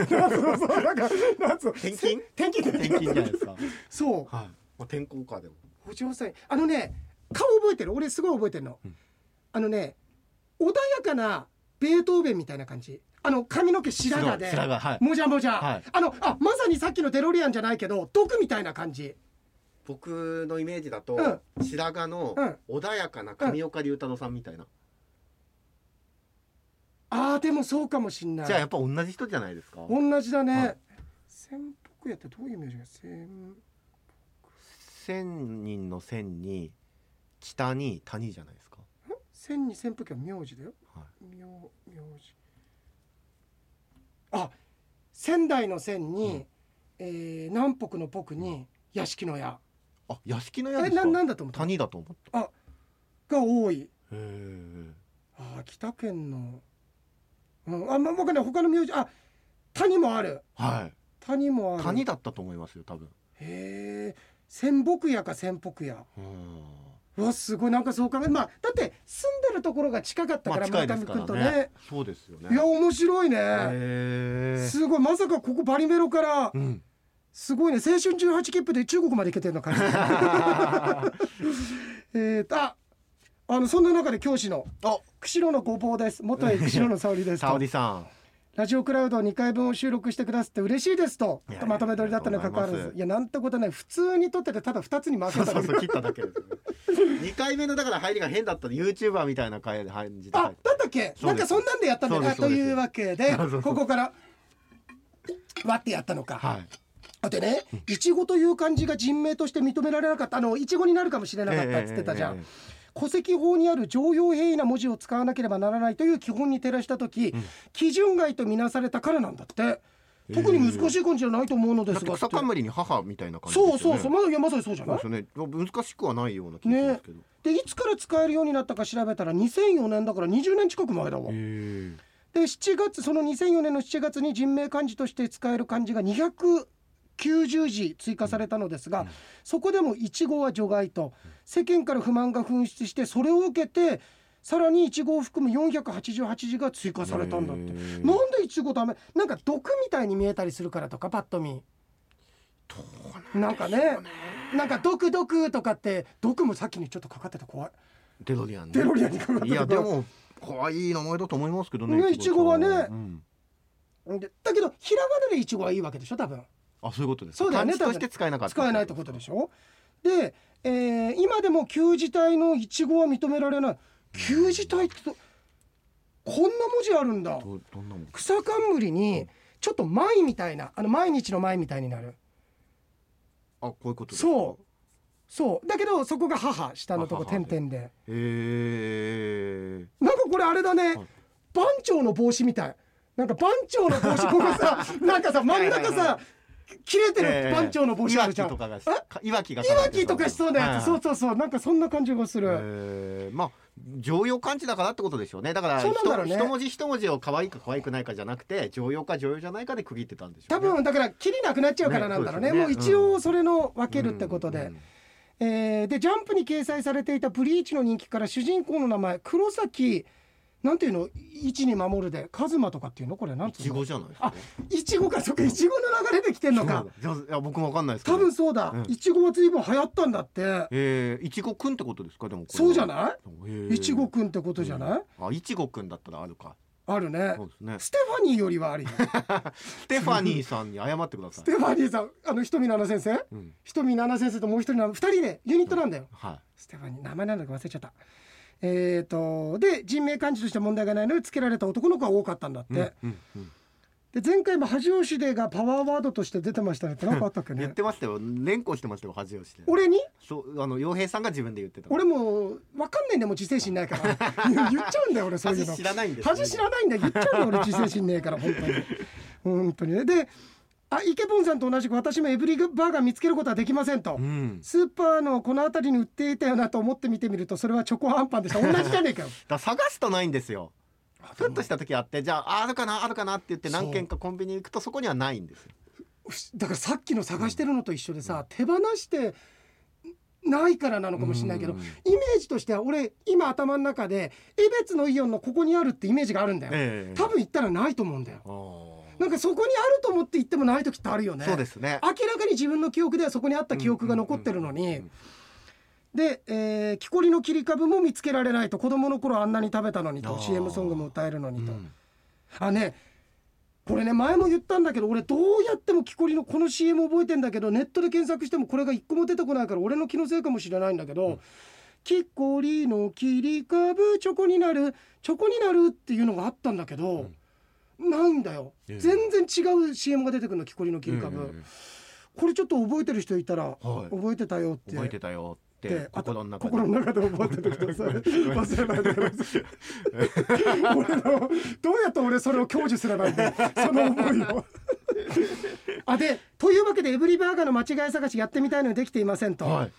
A: なんつうのそうなんかなんつうの
B: 転勤
A: せ転勤
B: 転勤じゃ ないですか。
A: そう
B: はい。まあ、転校かでも。
A: お嬢さんあのね顔覚えてる俺すごい覚えてるの、
B: うん
A: あのね穏やかなベートーベンみたいな感じあの髪の毛白髪で
B: 白髪はい。
A: もじゃもじゃ、
B: はい
A: あのあまさにさっきのデロリアンじゃないけど毒みたいな感じ
B: 僕のイメージだと、白髪の穏やかな上岡龍太郎さんみたいな。
A: あーでもそうかもしんない
B: じゃあやっぱ同じ人じゃないですか。
A: 同じだね、
B: はい
A: 潜伏屋ってどういうイメージが潜
B: 千人の千に北に谷じゃないですか。
A: 千に潜伏屋は名字だよ
B: は
A: 名名字あ仙台の仙に、
B: うん
A: えー南北の北に屋敷の屋
B: い。あ、屋敷の
A: え
B: 屋です
A: な
B: か。
A: なんだと思った
B: 谷だと思っ
A: が多い
B: た。へえ。
A: あー北県の、うん、あんま僕ね他の名字あ谷もある
B: はい。
A: 谷もある
B: 谷
A: へ
B: だったと思いますよ、多分。
A: え仙北屋か仙北屋
B: うん。
A: うわすごいなんかそう考えまあだって住んでるところが近かった
B: ま
A: から、
B: あ近いです
A: 村
B: か
A: 上君と
B: らね。そうですよね。
A: いや面白いね、
B: へえ。
A: すごいまさかここバリメロから
B: うん。
A: すごいね青春18切符で中国まで行けてるの かえーとああのそんな中で教師の
B: お、
A: 釧路のごぼうです元へ釧路の沙織ですと
B: 沙織さん。
A: ラジオクラウド2回分を収録してくださって嬉しいですと
B: いやいや
A: まとめ撮りだったのに関わら
B: ありがと
A: ず
B: うございます
A: いやなんてことない普通に撮っててただ2つに分
B: そ
A: けた
B: う
A: だ
B: そう
A: け
B: そう切っただけです、ね。二回目のだから入りが変だったユーチューバーみたいな感じで。
A: あだったっけ
B: す
A: なんかそんなんでやったんだ
B: そうで
A: な
B: す
A: というわけで
B: そうです
A: ここから割ってやったのか、
B: はい。
A: でね「いちご」という漢字が人名として認められなかったあのいちごになるかもしれなかったっつってたじゃん、
B: ええええ
A: 戸籍法にある常用平易な文字を使わなければならないという基本に照らした時、基準外とみなされたからなんだって特に難しい漢字じゃないと思うので
B: だっ
A: す
B: て
A: が、
B: 草冠に母みたいな感じですよ
A: そう
B: ね。
A: そうそうまだいやまさにそうじゃ
B: そ
A: な
B: う
A: い
B: ですよね。難しくはないような気がしますけど。
A: でいつから使えるようになったか調べたら2004年だから20年近く前だわ、
B: へ
A: で7月その2004年の7月に人命漢字として使える漢字が290字追加されたのですが、そこでもイチゴは除外と世間から不満が噴出してそれを受けてさらにイチゴを含む488字が追加されたんだって
B: へー
A: なんでイチゴダメなんか毒みたいに見えたりするからとかパッと見なんかねなんか毒毒とかって毒もさっきにちょっとかかってた怖い
B: え。デロリアンね。
A: デロリアンにかかってた
B: いやでも可愛い名前だと思いますけどね。
A: ね
B: ち
A: いちごはね
B: うん
A: でだけどひらがなでイチゴはいいわけでしょ多分
B: あそういうことですか。
A: そうだよね
B: 漢字として使えなかった。
A: 使えないってことでしょで、えー今でも旧字体のイチゴは認められない旧字体ってどこんな文字あるんだ
B: どどんなもん。
A: 草冠にちょっと「前」みたいなあの毎日の「前」みたいになる
B: あこういうことですか。
A: そうそうだけどそこが母下のとこ
B: あ母
A: 点々で
B: う。へえ。
A: なんかこれあれだね
B: はい
A: 番長の帽子みたいなんか番長の 帽子ここさなんかさ真ん中
B: はいはい
A: さ切れて
B: え
A: る
B: え
A: 番長の帽子あるじゃん
B: いわきとかが
A: え
B: かいわきが
A: いわきとかしそうなやつ、
B: は
A: そ
B: いう
A: そうそうなんかそんな感じがする、
B: えーまあ常用漢字だからってことでしょうねだから
A: そうなんだろうね
B: 一一文字一文字を可愛いか可愛くないかじゃなくて常用か常用じゃないかで区切ってたんでしょ
A: 多
B: う、ね、
A: 分だから切りなくなっちゃうからなんだろうね
B: ね
A: も
B: そううです
A: 一
B: よね
A: 応それの分けるってことで、
B: うんうん
A: えーでジャンプに掲載されていたブリーチの人気から主人公の名前黒崎なんていうの一に守るでカズマとかっていうのこれなん
B: い
A: て
B: ち
A: いうの
B: ごじゃないですか
A: いちごかそっかいちごの流れで来てんのか
B: そうだいや僕もわかんないですけ
A: 多
B: ど
A: 分そうだ
B: うん
A: いちごは随分流行ったんだって
B: えー、いちごくんってことですかでもこれは
A: そうじゃな
B: へー
A: いいちごくんってことじゃない
B: あいちごくんだったらあるか
A: あるね
B: そうですね
A: ステファニーよりはあるよ ス
B: ステファニーさんに謝ってください
A: テファニーさんあの瞳奈々先生
B: うん
A: 瞳奈々先生ともう一人の二人でユニットなんだよ
B: は
A: ステファニー名前なんだか忘れちゃったえー、とで人命漢字として問題がないのにつけられた男の子が多かったんだって、
B: い、うんうん
A: で前回も恥を知れがパワーワードとして出てましたねって何かあったっけ
B: うん、言っ
A: ね
B: てましたよ連呼してましたよ恥をして
A: 俺に
B: そうあの洋平さんが自分で言ってた
A: 俺も分かんないんだよもう自制心ないから 言っちゃうんだよ俺そういう
B: 恥
A: の
B: 知らないんですね
A: 恥知らないんだよ言っちゃうんだよ俺自制心ねえから本当に本当にねであイケポンさんと同じく私もエブリバーガー見つけることはできませんと、
B: うん
A: スーパーのこの辺りに売っていたよなと思って見てみるとそれはチョコアンパンでした同じじゃねえ かよ
B: だから探すとないんですよふっとした時あってじゃああるかなあるかなって言って
A: そう
B: 何軒かコンビニ行くとそこにはないんですよ
A: だからさっきの探してるのと一緒でさ、手放してんないからなのかもしれないけど、
B: うん
A: イメージとしては俺今頭の中で江別のイオンのここにあるってイメージがあるんだよ、
B: ええ
A: 多分行ったらないと思うんだよ
B: あー
A: なんかそこにあると思って行ってもない時ってあるよね
B: そうですね
A: 明らかに自分の記憶ではそこにあった記憶が残ってるのに、で、えー木こりの切り株も見つけられないと子供の頃あんなに食べたのに
B: あ
A: と
B: ー
A: CM ソングも歌えるのにと、
B: うん
A: あねこれね前も言ったんだけど俺どうやっても木こりのこの CM 覚えてんだけどネットで検索してもこれが一個も出てこないから俺の気のせいかもしれないんだけど、木こりの切り株チョコになるチョコになるっていうのがあったんだけど、ないんだよ、
B: ええ
A: 全然違う CM が出てくるの木こりの切り株、
B: うん
A: これちょっと覚えてる人いたら、
B: はい
A: 覚えてたよって
B: 覚えてたよっ
A: で
B: て心の中で
A: 心の中で覚えててください忘れないでください俺のどうやって俺それを享受すればいいのその思いをあでというわけでエブリバーガーの間違い探しやってみたいのにできていませんと、
B: はい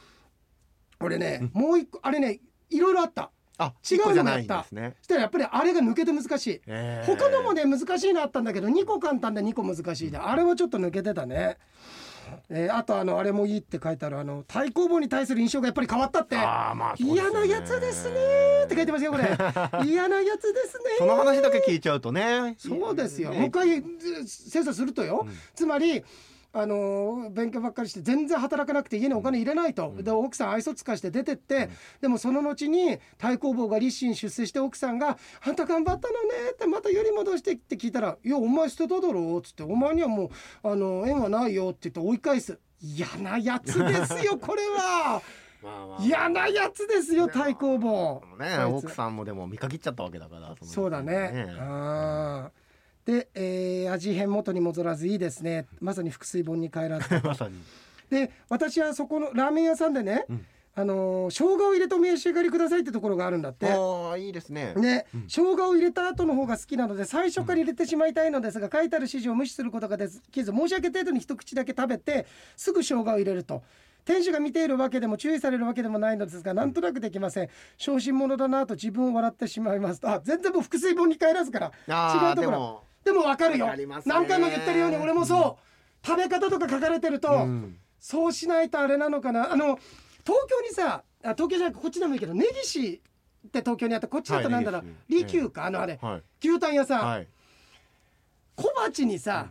A: 俺ねもう一個あれねいろいろあった
B: あ
A: 違
B: 違
A: う
B: う
A: の
B: じ
A: が
B: ゃ
A: あった
B: ないんですね
A: そしたらやっぱりあれが抜けて難しい、
B: えー
A: 他のもね難しいのあったんだけど2個簡単で2個難しいであれはちょっと抜けてたね、えーあとあのあれもいいって書いてあるあの対抗棒に対する印象がやっぱり変わったって
B: あーまあそうですよ
A: 嫌
B: ね
A: なやつですねーって書いてます よこれ嫌なやつですねー
B: その話だけ聞いちゃうとね
A: そうですよ。
B: ね
A: もう一回ず精査するとよ。つまり。あのー勉強ばっかりして全然働かなくて家にお金入れないと、で奥さん愛想つかして出てって、でもその後に太公坊が立身出世して奥さんが「あんた頑張ったのね」ってまたより戻してって聞いたら「いやお前捨てただろ」っつって「お前にはもう、あの縁はないよ」って言って追い返す嫌なやつですよこれは
B: まあまあ
A: 嫌なやつですよ太公坊
B: ね
A: こいつ
B: 奥さんもでも見限っちゃったわけだからの
A: そうだね。あーで、えー味変元に戻らずいいですね。まさに腹水本に帰らず。
B: まさに
A: で、私はそこのラーメン屋さんでね、
B: ん
A: あのー生姜を入れてお召し上がりくださいってところがあるんだって。
B: ああいいですね
A: ね、生姜を入れた後の方が好きなので最初から入れてしまいたいのですが、書いてある指示を無視することができず申し訳程度に一口だけ食べてすぐ生姜を入れると店主が見ているわけでも注意されるわけでもないのですがなんとなくできません小心者だなと自分を笑ってしまいますあ全然もう腹水本に帰らずから
B: あー
A: 違うとこ
B: で
A: ろ
B: も
A: でも分かるよ
B: わかりますね
A: 何回も言ってるように俺もそう、食べ方とか書かれてると、
B: ん
A: そうしないとあれなのかなあの東京にさあ東京じゃなくこっちでもいいけど根岸って東京にあってこっちだとなんだろう
B: はい根
A: 利
B: 岸
A: 休かあのあれ、
B: はい
A: 牛タン屋さん、
B: はい
A: 小鉢にさ、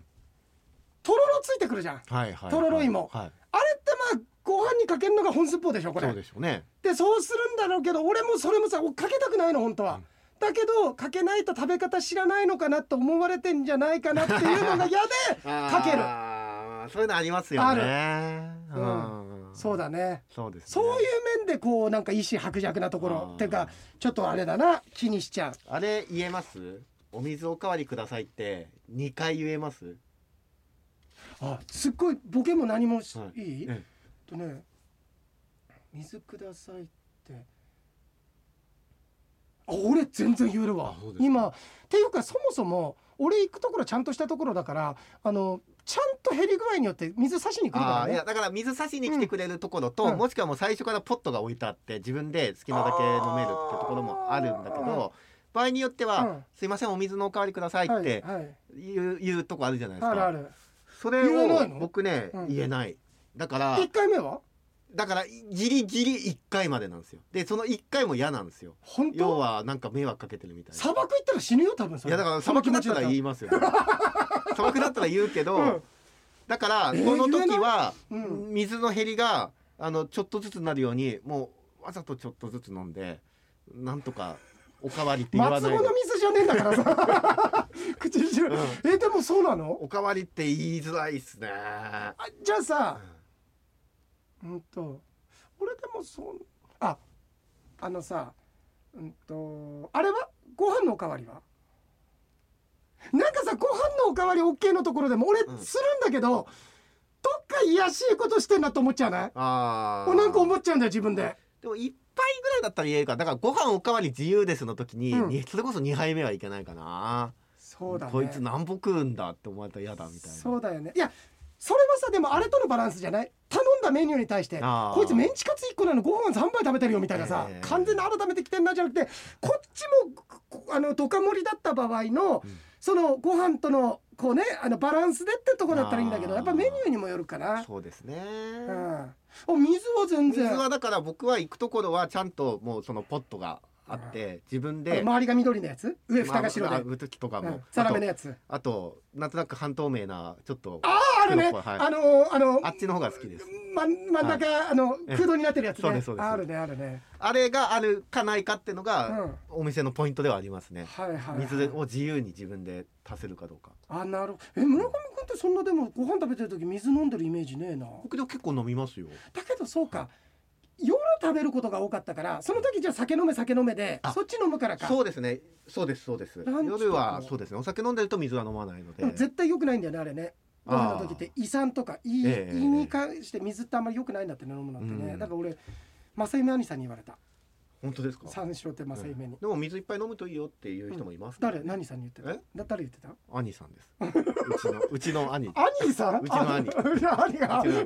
A: とろろついてくるじゃん
B: はいはい
A: とろろ芋あ
B: はい
A: れってまあご飯にかけるのが本寸法でしょこれ
B: そうでしょうね
A: でそうするんだろうけど俺もそれもさおかけたくないの本当は、だけどかけないと食べ方知らないのかなって思われてんじゃないかなっていうのが嫌で かける
B: あーそういうのありますよね
A: る
B: うん
A: そうだね
B: そうですね
A: そういう面でこうなんか意思薄弱なところ
B: あー
A: てかちょっとあれだな気にしちゃう
B: あれ言えますお水おかわりくださいって二回言えます
A: あすっごいボケも何もし、
B: は
A: い、
B: い
A: い、
B: え
A: とね「水ください」ってあ俺全然言えるわ
B: あそうですか
A: 今っていうかそもそも俺行くところちゃんとしたところだからあのちゃんと減り具合によって水差しに来るから
B: あーい
A: ね
B: やだから水差しに来てくれるところと、
A: うん
B: もしくはもう最初からポットが置いてあって自分で好きなだけ飲めるってところもあるんだけど場合によっては、
A: うん
B: すいませんお水のおかわりください
A: は
B: っ
A: い
B: て
A: はい
B: 言う,、うとこあるじゃないですか
A: あるある
B: それ
A: 言えない
B: を
A: の
B: 僕ね、
A: うん
B: 言えないだから
A: 1回目は
B: だからギリギリ1回までなんですよでその1回も嫌なんですよ
A: 本
B: 要
A: 当
B: はなんか迷惑かけてるみたいな
A: 砂漠行ったら死ぬよ多分そ
B: い
A: れ
B: やだから
A: そ
B: 砂
A: の
B: 漠
A: 気
B: だ
A: 持
B: っ
A: ち
B: たら言いますよ、ね、 砂漠だったら言うけど、
A: うん
B: だから
A: えー
B: この時は
A: 言えないうん
B: 水の減りがあのちょっとずつになるようにもうわざとちょっとずつ飲んでなんとかおかわりって言わ
A: 松
B: ない
A: 本
B: で
A: の水じゃねえんだからさ 口にしろえでもそうなの
B: おかわりって言いづらいっすね
A: あじゃあさ、うん、と俺でもそんああのさうんとあれはご飯のおかわりはなんかさご飯のおかわり OK のところでも俺する
B: ん
A: んだけど、どっか癒やしいことしてんなと思っちゃうね
B: あ
A: お
B: あ
A: なんか思っちゃうんだよ自分で
B: でも一杯ぐらいだったら言えるからだからご飯おかわり自由ですの時に、
A: うん
B: にそれこそ2杯目はいけないかな、
A: そうだね
B: こいつ何本食うんだって思われたら嫌だみたいな
A: そうだよねいやそれはさでもあれとのバランスじゃない頼んだメニューに対して
B: あー
A: こいつメンチカツ1個なのご飯3杯食べてるよみたいなさ、
B: ええ
A: 完全に改めてきてんなじゃなくてこっちもこあのドカ盛りだった場合の、そのご飯とのこうねあのバランスでってとこだったらいいんだけど
B: あー
A: やっぱメニューにもよるかな
B: そうですね、
A: うんお水は全
B: 水
A: 然
B: はだから僕は行くところはちゃんともうそのポットがあって自分で、
A: 周りが緑のやつ上蓋が白で、
B: まあ、うとか
A: う
B: も
A: ん、ザラメ
B: あ
A: の
B: と
A: やつ
B: あとなんとなく半透明なちょっと
A: あああるね、
B: 黒っぽいはい
A: あのあの
B: あっちの方が好きです
A: 真ん真ん中、あの
B: ええ
A: 空洞になってるやつね
B: そうですそうです
A: あるねあるね
B: あれがあるかないかっていうのが、
A: うん
B: お店のポイントではありますね
A: はいはいはい、
B: 水を自由に自分で足せるかどうか
A: あなるほどえ村上君ってそんなでもご飯食べてる時水飲んでるイメージねえな
B: 僕でも結構飲みますよ
A: だけどそうか夜食べることが多かったからその時じゃあ酒飲め酒飲めで
B: あ
A: そっち飲むからか
B: そうですねそうですそうです
A: ランチとかも
B: 夜はそうですねお酒飲んでると水は飲まないので
A: でも絶対良くないんだよねあれねご飯の時って胃酸とか胃,、
B: ええ
A: 胃に関して水ってあんまり良くないんだってね飲むのってね、
B: うん
A: だから俺正夢兄さんに言われた
B: 本当ですか
A: 三四郎って正夢に、
B: でも水いっぱい飲むといいよっていう人もいますけど、
A: 誰何さんに言ってた
B: え
A: だ誰言ってた
B: 兄さ んですうちのうちの兄
A: 兄さん
B: うちの兄
A: あいや兄が
B: うちの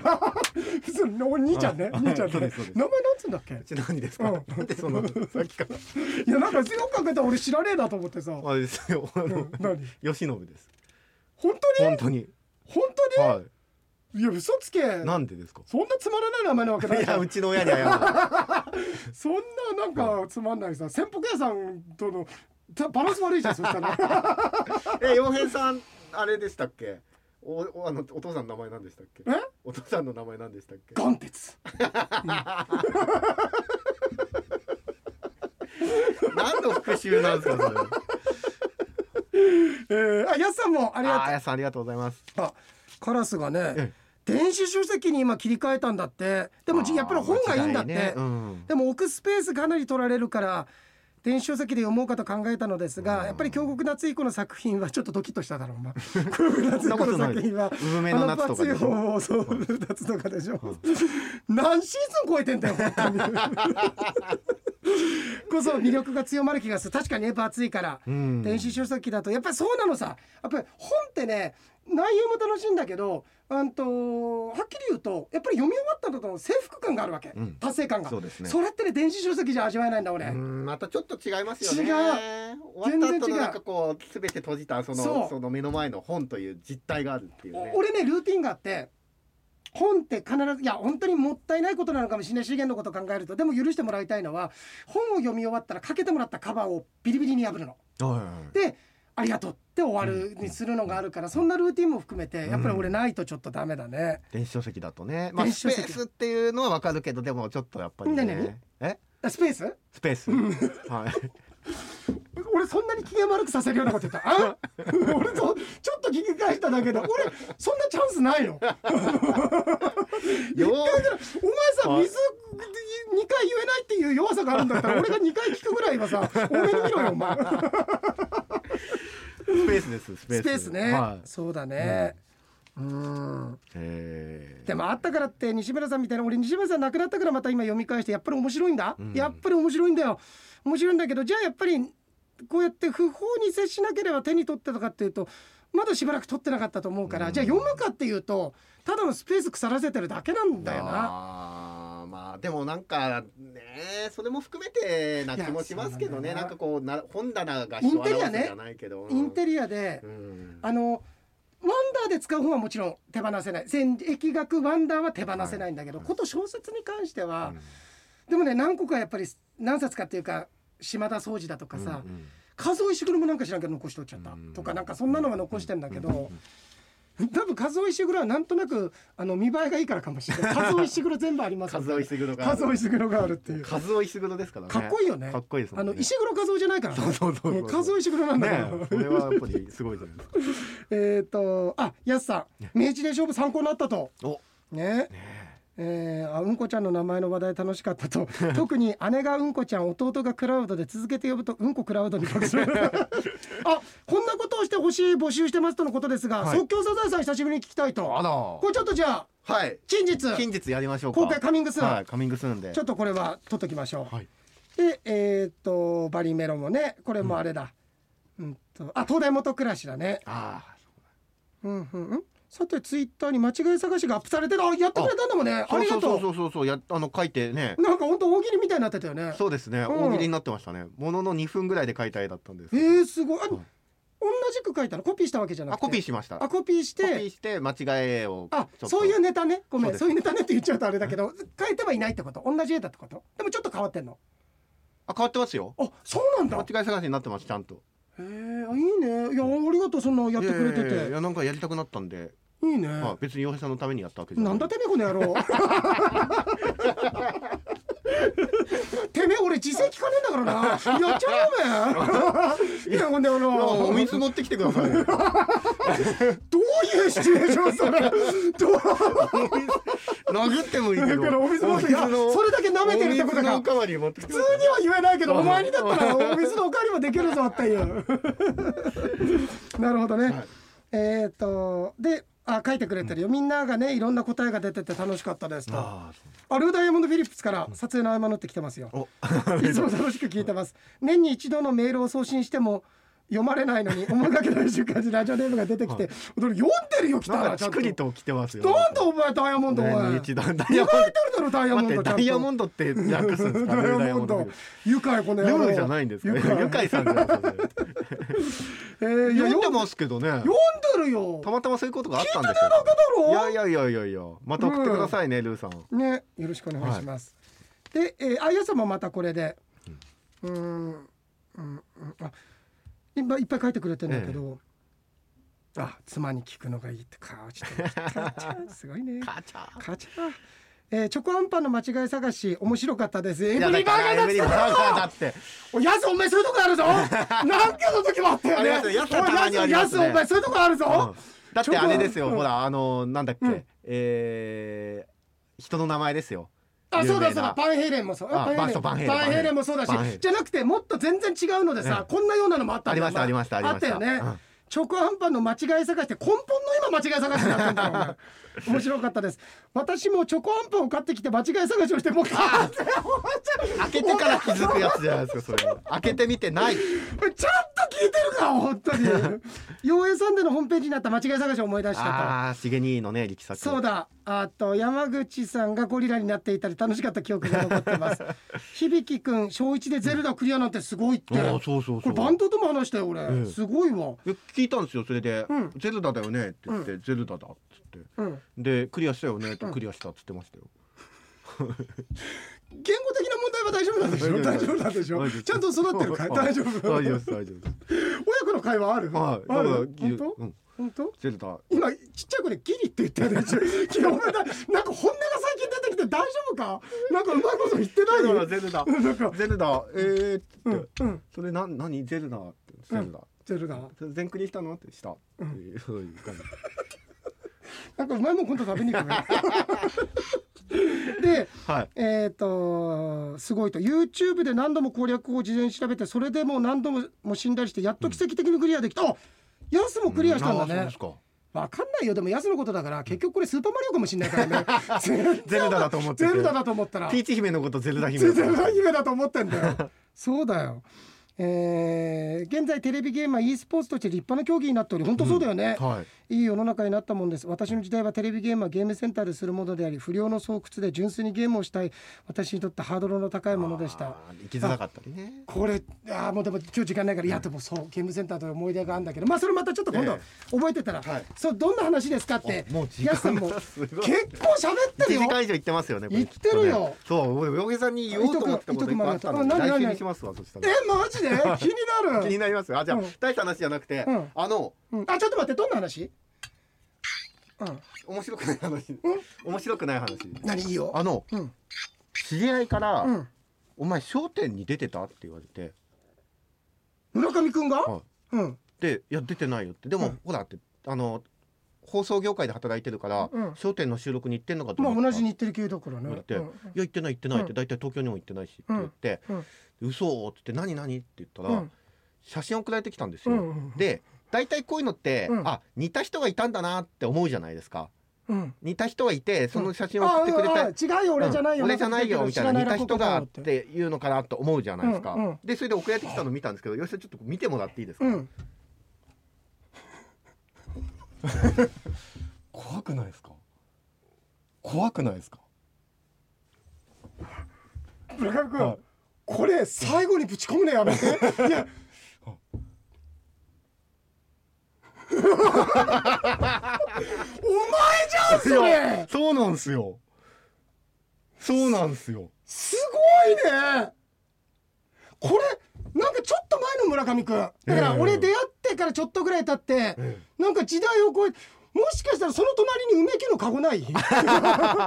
A: 普通のお兄ちゃんね
B: はい
A: 兄ちゃん
B: そう
A: ね
B: ですそうです
A: 名前なんつうんだっけ
B: うちの兄ですか、
A: うん
B: なんでそのさっきから
A: いやなんか強く考えたら俺知らねえなと思ってさ、
B: あれですよ、あ
A: う
B: の
A: ん、何
B: 吉信です
A: 本当に
B: 本当に
A: 本当に、
B: はい
A: や嘘つけ
B: なんでですか
A: そんなつまらない名前なわけない
B: い
A: じゃ
B: や
A: ん
B: うちの親に謝る
A: そんななんかつまんないさ潜伏屋さんとのたバランス悪いじゃんそしたら
B: え洋平さんあれでしたっけおおあのお父さんの名前なんでしたっけ
A: え
B: お父さんの名前なんでしたっけ
A: 眼鉄
B: 何の復讐なんですかそれ
A: えー、あやすさんもあり
B: あー
A: が
B: やさんありがとうございます
A: とうあカラスがね
B: え
A: 電子書籍に今切り替えたんだってでもじやっぱり本がいいんだって、
B: 間違ねうん
A: でも置くスペースかなり取られるから電子書籍で読もうかと考えたのですが、
B: うん
A: やっぱり京極夏彦の作品はちょっとドキッとしただろう な京極夏彦の作品は
B: うぶめの夏とかでしょ
A: あのパツヨそう夏とかでしょ、何シーズン超えてんだよ本当にこそ魅力が強まる気がする確かにねやっぱ暑いから、
B: うん
A: 電子書籍だとやっぱりそうなのさやっぱり本ってね内容も楽しいんだけどあんとはっきり言うとやっぱり読み終わった後の征服感があるわけ、
B: うん
A: 達成感が
B: そうですね
A: それってね電子書籍じゃ味わえないんだ俺、
B: うんまたちょっと違いますよね
A: 違う
B: 終わった後
A: 全然違
B: の
A: う
B: なんかこう全て閉じたその
A: そう
B: その目の前の本という実態があるっていうね
A: お俺ねルーティンがあって本って必ずいや本当にもったいないことなのかもしれない資源のことを考えるとでも許してもらいたいのは本を読み終わったらかけてもらったカバーをビリビリに破るの。
B: はいはいはい
A: でありがとうって終わるにするのがあるからそんなルーティンも含めてやっぱり俺ないとちょっとダメだね。
B: 電子書籍だとね、まあ、
A: 電子書
B: スペ
A: 籍
B: ースっていうのはわかるけどでもちょっとやっぱりね
A: 何々
B: え
A: あスペース
B: スペースはい
A: 俺そんなに機嫌悪くさせるようなこと言った あ俺とちょっと聞き返しただけで俺そんなチャンスないよ。
B: よ
A: お前さ水2回言えないっていう弱さがあるんだった ら俺が2回聞くぐらいはさ多めに見ろよお前
B: ースペースですスペー
A: ス
B: ス
A: ペースね、
B: はい
A: そうだねうん
B: えー
A: でもあったからって西村さんみたいな俺西村さん亡くなったからまた今読み返してやっぱり面白いんだ、
B: うん
A: やっぱり面白いんだよ面白いんだけどじゃあやっぱりこうやって不法に接しなければ手に取ってたかっていうとまだしばらく取ってなかったと思うから、
B: うん
A: じゃあ読むかっていうとただのスペース腐らせてるだけなんだよな。
B: あーまあでもなんかねそれも含めてない
A: や
B: 気もしますけ
A: そ
B: どね
A: うなんだよな
B: なんかこうな本棚が
A: インテリアね
B: 人を表すじゃないけど
A: インテリアで
B: うん
A: あのワンダーで使う本はもちろん手放せない戦疫学ワンダーは手放せないんだけど、
B: はい
A: こと小説に関しては、
B: うん
A: でもね何個かやっぱり何冊かっていうか島田掃除だとかさ、
B: うんうん
A: 数尾石黒もなんか知らんけど残しとっちゃった、
B: うん
A: とかなんかそんなのは残してんだけど、
B: うんうん
A: 多分数尾石黒はなんとなくあの見栄えがいいからかもしれない数尾石黒全部ありますよ
B: 数尾石黒が
A: 数尾石黒があるっていうか
B: 数尾石黒ですからね
A: っこいいよね
B: かっこいいですも
A: あ
B: んね
A: の石黒数尾じゃないから、ね、
B: そうそうそうそう
A: も数尾石黒なんだけど、
B: ねこれはやっぱりすごいじゃないですか
A: えっとあやすさん明治で勝負参考になったと
B: お
A: ねえーあうんこちゃんの名前の話題楽しかった と特に姉がうんこちゃん弟がクラウドで続けて呼ぶとうんこクラウドに 隠すあこんなことをしてほしい募集してますとのことですが、
B: はい
A: 即興サザエさん久しぶりに聞きたいと
B: あら
A: これちょっとじゃあ
B: はい
A: 近日
B: 近日やりましょうか
A: 公開カミングスーン、
B: はいカミングスーンで
A: ちょっとこれは取っときましょう、
B: はい
A: でえーっとバリメロもねこれもあれだ、うん、とあ東大元暮らしだね
B: あ
A: うんうんうんさてツイッターに間違い探しがアップされてるあやってくれたんだもんねあ
B: あ
A: りがと
B: そううそうそうそうそうやあの書いてね
A: なんか本当大喜利みたいになってたよね
B: そうですね、
A: ん
B: 大喜利になってましたねものの2分ぐらいで書いた絵だったんです
A: え
B: けど
A: ー、すごいあ、
B: はい
A: あじく書いたのコピーしたわけじゃなく
B: あ
A: て
B: コピーしました
A: あ
B: コ
A: コピーし
B: ピ
A: て
B: ーして間違えを
A: あ
B: ちょっと
A: そういうネタねごめ
B: そうんです
A: そういうネタねって言っちゃうとあれだけど変えてはいないってこと同じ絵だってことでもちょっと変わってんの
B: あ変わってますよ
A: あそうなんだ
B: 間
A: へ
B: 違い探しになってますちゃんと
A: えあいいねいやありがとうそんなやってくれて
B: いやいやい
A: て
B: やなんかやりたくなったんで、
A: いいね
B: まあ、別に洋平さんのためにやったわけじゃ
A: なんだてめえこの野郎 てめえ俺自制聞かねえんだからなやっちゃうよおめ えいやほんであ
B: いや
A: の
B: お水持ってきてくださ いよ
A: どういうシチュエーションそれどう
B: 殴ってもいいけ
A: だ
B: ど
A: からお水持っていやそれだけ舐めてるってこと
B: お水のお
A: か
B: かわり持ってきて
A: 普
B: く
A: 通
B: だ
A: に
B: さい
A: は言えないけどお前にだったらお水のおかわりもできるぞっていう なるほどね、
B: はい
A: えーっとであ書いてくれてるよみんながねいろんな答えが出てて楽しかったですとあ
B: あ
A: ルーダイヤモンド・フィリップスから撮影の合間縫ってきてますよ
B: ーお
A: いつも楽しく聞いてます年に一度のメールを送信しても読まれないの に思いがけない瞬間にラジオネームが出てきて俺読んでるよ来た
B: なん
A: ら
B: か
A: ちゃん
B: チ
A: とな
B: クリ
A: ん
B: と来てますよ
A: でお前ダイヤモンドおい
B: 年に一度ダイ
A: 言
B: ヤモン
A: われてるだろダイヤ
B: ド
A: モンドちゃん
B: 待ってダ
A: と
B: イヤモンドって略すんですか
A: ダイヤモン
B: ダ
A: ド愉快この
B: イヤ
A: 野
B: モンド
A: 郎
B: じゃないんですか
A: 愉
B: ね
A: 快
B: ゆかいさんじゃないですかね
A: えーいや
B: 読
A: 読
B: んで
A: んで
B: ますけどね
A: 読んでるよ
B: たまたまそういうことがあったんです
A: 聞いて
B: よ
A: る
B: い
A: だ
B: やいやいやいやいやまた送ってくださいねルーさん
A: ねよろしくお願いします、で、えー、あやさんもまたこれでうーんうんうんあ今いっぱい書いてくれてんだけど、あ妻に聞くのがいいってかちょっとかちゃんすごいね
B: カチャ
A: かちゃんえー、チョコアンパンの間違い探し面白かったですエ
B: い
A: ブ
B: や
A: リバーガーだ
B: エ
A: っ
B: ブリ
A: て
B: バーガーだって
A: おやすお前そういうとこあるぞ 何回の時もあったよね
B: ありますよやすはたまにありますね
A: おいやすお前そういうとこあるぞ、
B: うんだってあれですよ
A: ちょっと
B: ほらあのなんだっ
A: うん
B: けえー人の名前ですよ
A: あそうだ
B: 有名な
A: そうだパンヘイレンもそう
B: あ
A: あ
B: バンヘイレン
A: パンヘイレンもそうだし
B: バンヘイレン
A: じゃなくてもっと全然違うのでさ、こんなようなのもあった
B: あ
A: んだよ
B: りましたありましたありました
A: あったよね、
B: うん
A: チョコアンパンの間違い探して根本の今間違い探しになってんだよお 前面白かったです私もチョコアンパンを買ってきて間違い探しをしてもう完全
B: 開けてから気づくやつじゃないですかそれは開けてみてな い
A: ちゃんと聞いてるか本当に 妖艶サンデーのホームページになった間違い探しを思い出したと
B: ああー茂兄のね力作
A: そうだあと山口さんがゴリラになっていたり楽しかった記憶が残って ます響くん小一でゼルダクリアなんてすごいって
B: あーそうそうそう
A: これバンドとも話したよ俺、
B: うん
A: すごいわ
B: え聞いたんですよそれで
A: うん
B: 「ゼルダだよね」って言って「ゼルダだ」っつって
A: うん
B: で「クリアしたよね」って「クリアした」っつってました
A: 言語的な問
B: よ
A: 題は大丈夫なんでしょ大丈夫なんでしょちゃんと育ってる かい
B: はい
A: 大丈夫
B: 大丈夫
A: 親
B: です大丈夫です
A: 子の会話ある、
B: はい
A: ある
B: だから
A: 本当、
B: うん
A: 本当
B: ゼルダ
A: 今ちっちゃい子でギリって言ったよね いやお前ななんか本音が最近出てきて大丈夫かなんかうまいこと言ってない
B: だから
A: よ
B: ゼルダ
A: なんか
B: ゼルダえ
A: う
B: ーっつっ
A: ん
B: て
A: うん
B: それな何ゼルダってゼルダ
A: ゼルダ
B: それ全クリしたのってしたっていうそういう感じ
A: なんかうまいもん今度食べに行く ねで
B: はい
A: えっ、とすごいと YouTube で何度も攻略法を事前に調べてそれでもう何度もも死んだりしてやっと奇跡的にクリアできた、あヤスもクリアしたんだ
B: あーそう
A: ね
B: ですか
A: わかんないよでもヤスのことだから結局これスーパーマリオかもしんないから ね全然
B: ゼルダだと思ってて
A: ゼルダだと思ったら
B: ピーチ姫のことゼルダ姫
A: 全然ない夢だと思ってんだよそうだよえー現在テレビゲームは e スポーツとして立派な競技になっており本当そうだよね、
B: はい
A: いい世の中になったもんです私の時代はテレビゲームはゲームセンターでするものであり不良の巣窟で純粋にゲームをしたい私にとってハードルの高いものでした
B: あー行きづらかったりね
A: これあーもうでも今日時間ないからいやでもそうゲームセンターという思い出があるんだけどまあそれまたちょっと今度
B: え
A: 覚えてたら、
B: はい
A: そうどんな話ですかって
B: あもう時間が
A: やすさんも
B: すごい
A: 結構喋ってる
B: 1
A: よ
B: 時間以上行ってますよねこれ
A: 行ってるよ
B: きっとねそう俺洋平さんに言おうと思ってたこといっぱいあったの
A: 伊
B: で
A: 藤君伊藤君ありがとうあ何
B: 来週
A: 何
B: にしますわそした
A: え
B: ら
A: マジで気になる
B: 気になりますよあじゃあ
A: うん
B: 大した話じゃなくて
A: うん
B: あの
A: うんあちょっと待ってどんな話うん
B: 面白くない話面白くない話
A: 何いいよ
B: あの
A: うん
B: 知り合いか
A: う
B: ら
A: ん
B: 「お前『笑点』に出てた?」って言われて
A: 村上くんが、
B: はい
A: うん
B: で「いや出てないよ」ってで
A: う
B: も
A: ん
B: ほらってあの放送業界で働いてるから
A: うん
B: 『笑点』の収録に行ってんのかと
A: まあ
B: 思った
A: 同じ日テレ系だからね、
B: 言われて
A: うん
B: 「いや行ってない行ってない」っ
A: う
B: て
A: ん
B: 大体東京にも行ってないしって言って
A: うん
B: 「嘘」っつって「何何?」って言った
A: う
B: ら
A: ん
B: 写真送られてきたんです
A: う
B: よ。
A: んうん
B: で大体こういうのって、
A: うん
B: あ似た人がいたんだなって思うじゃないですか
A: うん
B: 似た人がいてその写真を送
A: あ
B: ってくれた、
A: ああ違うよ俺じゃないよ、
B: うん俺じゃないよみたいな似た人がっ
A: 知らない落語家だろうって
B: ていうのかなと思うじゃないですか、
A: うんうん
B: でそれで送られてきたの見たんですけどよしちょっと見てもらっていいですか、
A: うん
B: 怖くないですか怖くないですか
A: 村上君、
B: はい
A: これ最後にぶち込むのやめていや前じゃんそ
B: いや
A: れ
B: そうなんですよそうなんですよ
A: すごいねこれなんかちょっと前の村上くんだから
B: ええ
A: 俺出会ってからちょっとぐらい経って、
B: え
A: なんか時代を超えてもしかしたらその隣に梅木のカゴない いや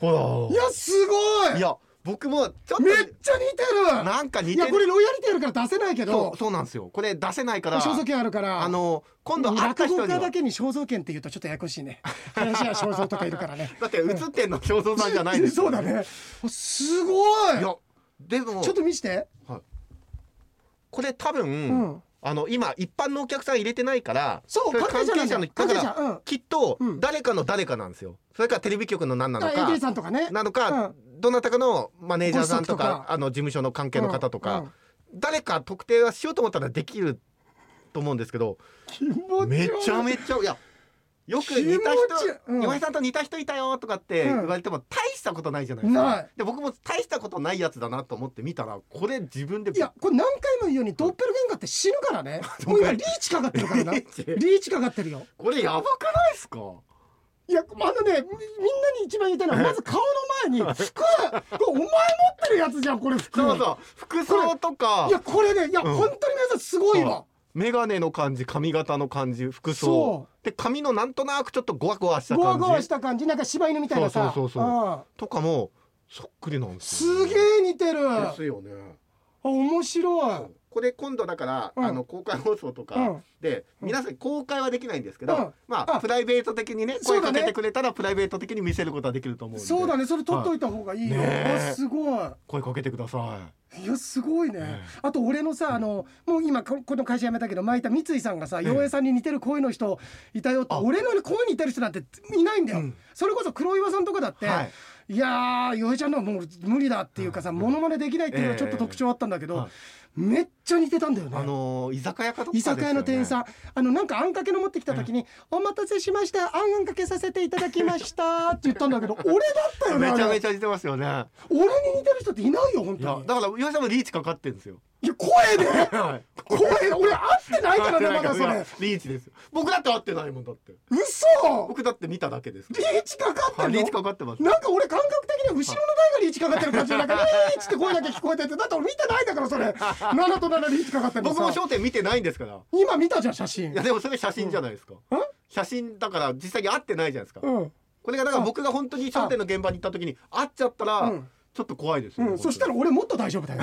B: ほ
A: すごい
B: らいや僕もちょ
A: めっ
B: っ
A: ちゃ似て
B: と
A: る
B: なんか似
A: い
B: て
A: やこ
B: る
A: れロイヤリティあるから出せないけ
B: そ
A: ど
B: うそうなんですよこれ出せないから
A: 肖像権あるから
B: あの今度会った
A: 落
B: 人
A: 語
B: に
A: 家
B: は
A: だけに肖像権って言うとちょっとややこしいね林家肖像とかいるからね
B: だって映ってんの肖像さんじゃないです
A: そうだねあすごい
B: いやでも
A: ちょっと見して
B: これ多分、
A: ん
B: あの今一般のお客さん入れてないから
A: そう
B: れ
A: 関係者なんだ
B: 関係
A: 関係
B: 者のだか
A: 者う
B: ら
A: ん
B: きっと
A: うん
B: 誰かの誰かなんですよそれからテレビ局の何なの
A: あ AD
B: か
A: さんとかね
B: なのか、どなたかのマネージャーさんと
A: ご子
B: か
A: 息とか
B: あの事務所の関係の方とか、
A: うんうん
B: 誰か特定はしようと思ったらできると思うんですけど
A: 気持
B: めちゃ
A: ち
B: めちゃいやよく似た
A: 気持ち
B: 人、
A: うん
B: 岩井さんと似た人いたよとかって
A: うん
B: 言われても大したことないじゃないですか、
A: ない
B: で僕も大したことないやつだなと思って見たらこれ自分で
A: いやこれ何回も言うようにドッペルゲンガーって死ぬからねもう今リーチかかってる からな
B: リ
A: リ
B: ーチ
A: ーチかかってるよ
B: これやばくないですか
A: いやあのねみみんなに一番言いたいのはまず顔の前に服これお前持ってるやつじゃんこれ服
B: そうそう服装とか
A: いやこれねいや、
B: うん
A: 本当に皆さんすごいわ
B: 眼鏡の感じ髪型の感じ服装
A: そ
B: で髪のなんとなくちょっとゴワゴワした
A: ゴワ
B: 感
A: ゴワし
B: じ
A: た感じなんか柴犬みたいなさ
B: そうそうそう
A: うん
B: とかもそっくりなんですよ
A: すげえ似てるあ
B: ですよね
A: 面白い
B: これ今度だから、
A: うん
B: あの公開放送と
A: う
B: か
A: ん
B: で、
A: うん
B: 皆さん公開はできないんですけど、
A: うん
B: まあ
A: あ
B: プライベート的にね
A: そ
B: 声
A: うだ
B: か
A: ね
B: けてくれたらプライベート的に見せることはできると思うんで
A: そうだねそれ取っといた方がいいよ、
B: はいねえ
A: あすごい
B: 声かけてくださ
A: いやすごいね、
B: え
A: あと俺のさあのもう今ここの会社辞めたけど前いた三井さんがさ
B: え
A: 洋平さんに似てる声の人いたよって
B: あ
A: 俺の声に似てる人なんていないんだよ、
B: うん
A: それこそ黒岩さんとかだって、
B: はい
A: い、やー洋平ちゃんのはもう無理だっていうかさモノマネできないっていうのはちょっと特徴あったんだけど、
B: ええはい
A: めっちゃ似てたんだよ
B: い、
A: ね
B: あのー居酒屋かどっか
A: 居酒屋の店員さ
B: ん
A: ん、あのなんかあんかけの持ってきた時に「お待たせしましたあんかけさせていただきました」って言ったんだけど俺だったよね
B: めちゃめ
A: ゃ
B: ちゃ似てますよねいや
A: 俺に似てる人っていないよ本
B: だ
A: 当に
B: から岩井さんもリーチかかってるんですよ
A: いや声で、
B: はい
A: 声俺合ってないからねまだそれ
B: リーチですよ僕だって会ってないもんだって
A: 嘘
B: 僕だって見ただけです
A: リーチかかって
B: あ
A: ん
B: リ
A: の
B: ーチかかってます
A: なんか俺感覚的には後ろの台がリーチかかってる感じだ から「リーチ」って声だけ聞こえててだって俺見てないんだからそれ7と7リーチかかってるの
B: 僕も
A: さ
B: 焦点見てないんですから
A: 今見たじゃん写真
B: いやでもそれ写真じゃないですか、写真だから実際に会ってないじゃないですか、
A: うん
B: これがだから僕が本当に商店の現場に行った時に会っちゃったら
A: うん
B: ちょっと怖いですよ、
A: うん、そしたら俺もっと大丈夫だ よ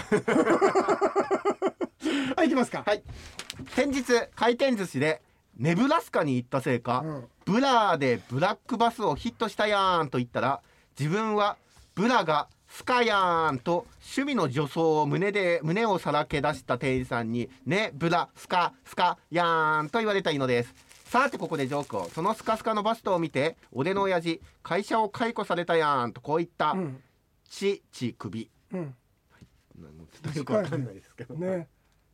A: はい行きますか
B: はい先日回転寿司でネブラスカに行ったせいか、
A: うん
B: ブラーでブラックバスをヒットしたやーんと言ったら自分はブラがスカやーんと趣味の女装を胸で胸をさらけ出した店員さんに「ねブラスカスカやーん」と言われたいのですさてここでジョークをそのスカスカのバストを見て俺の親父会社を解雇されたやーんとこう言った
A: うん
B: 「ちち首
A: うん」
B: なんかちょっとよくわかんないですけど、
A: ねえ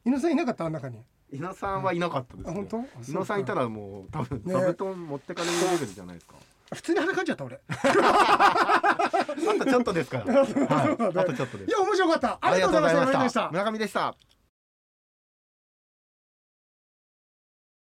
A: 猪野さんいなかったあん中に
B: 伊野さんはいなかったです、
A: あ本当
B: 伊野さんいたらもう多分
A: ね
B: 座布団持ってかれるレベルじゃないですか。
A: 普通に裸んじゃった俺
B: あとちょっとですから。
A: そうだ
B: はい、
A: ね
B: あとちょっとで
A: い
B: す。
A: や面白かったありがとうございました
B: 村上でした。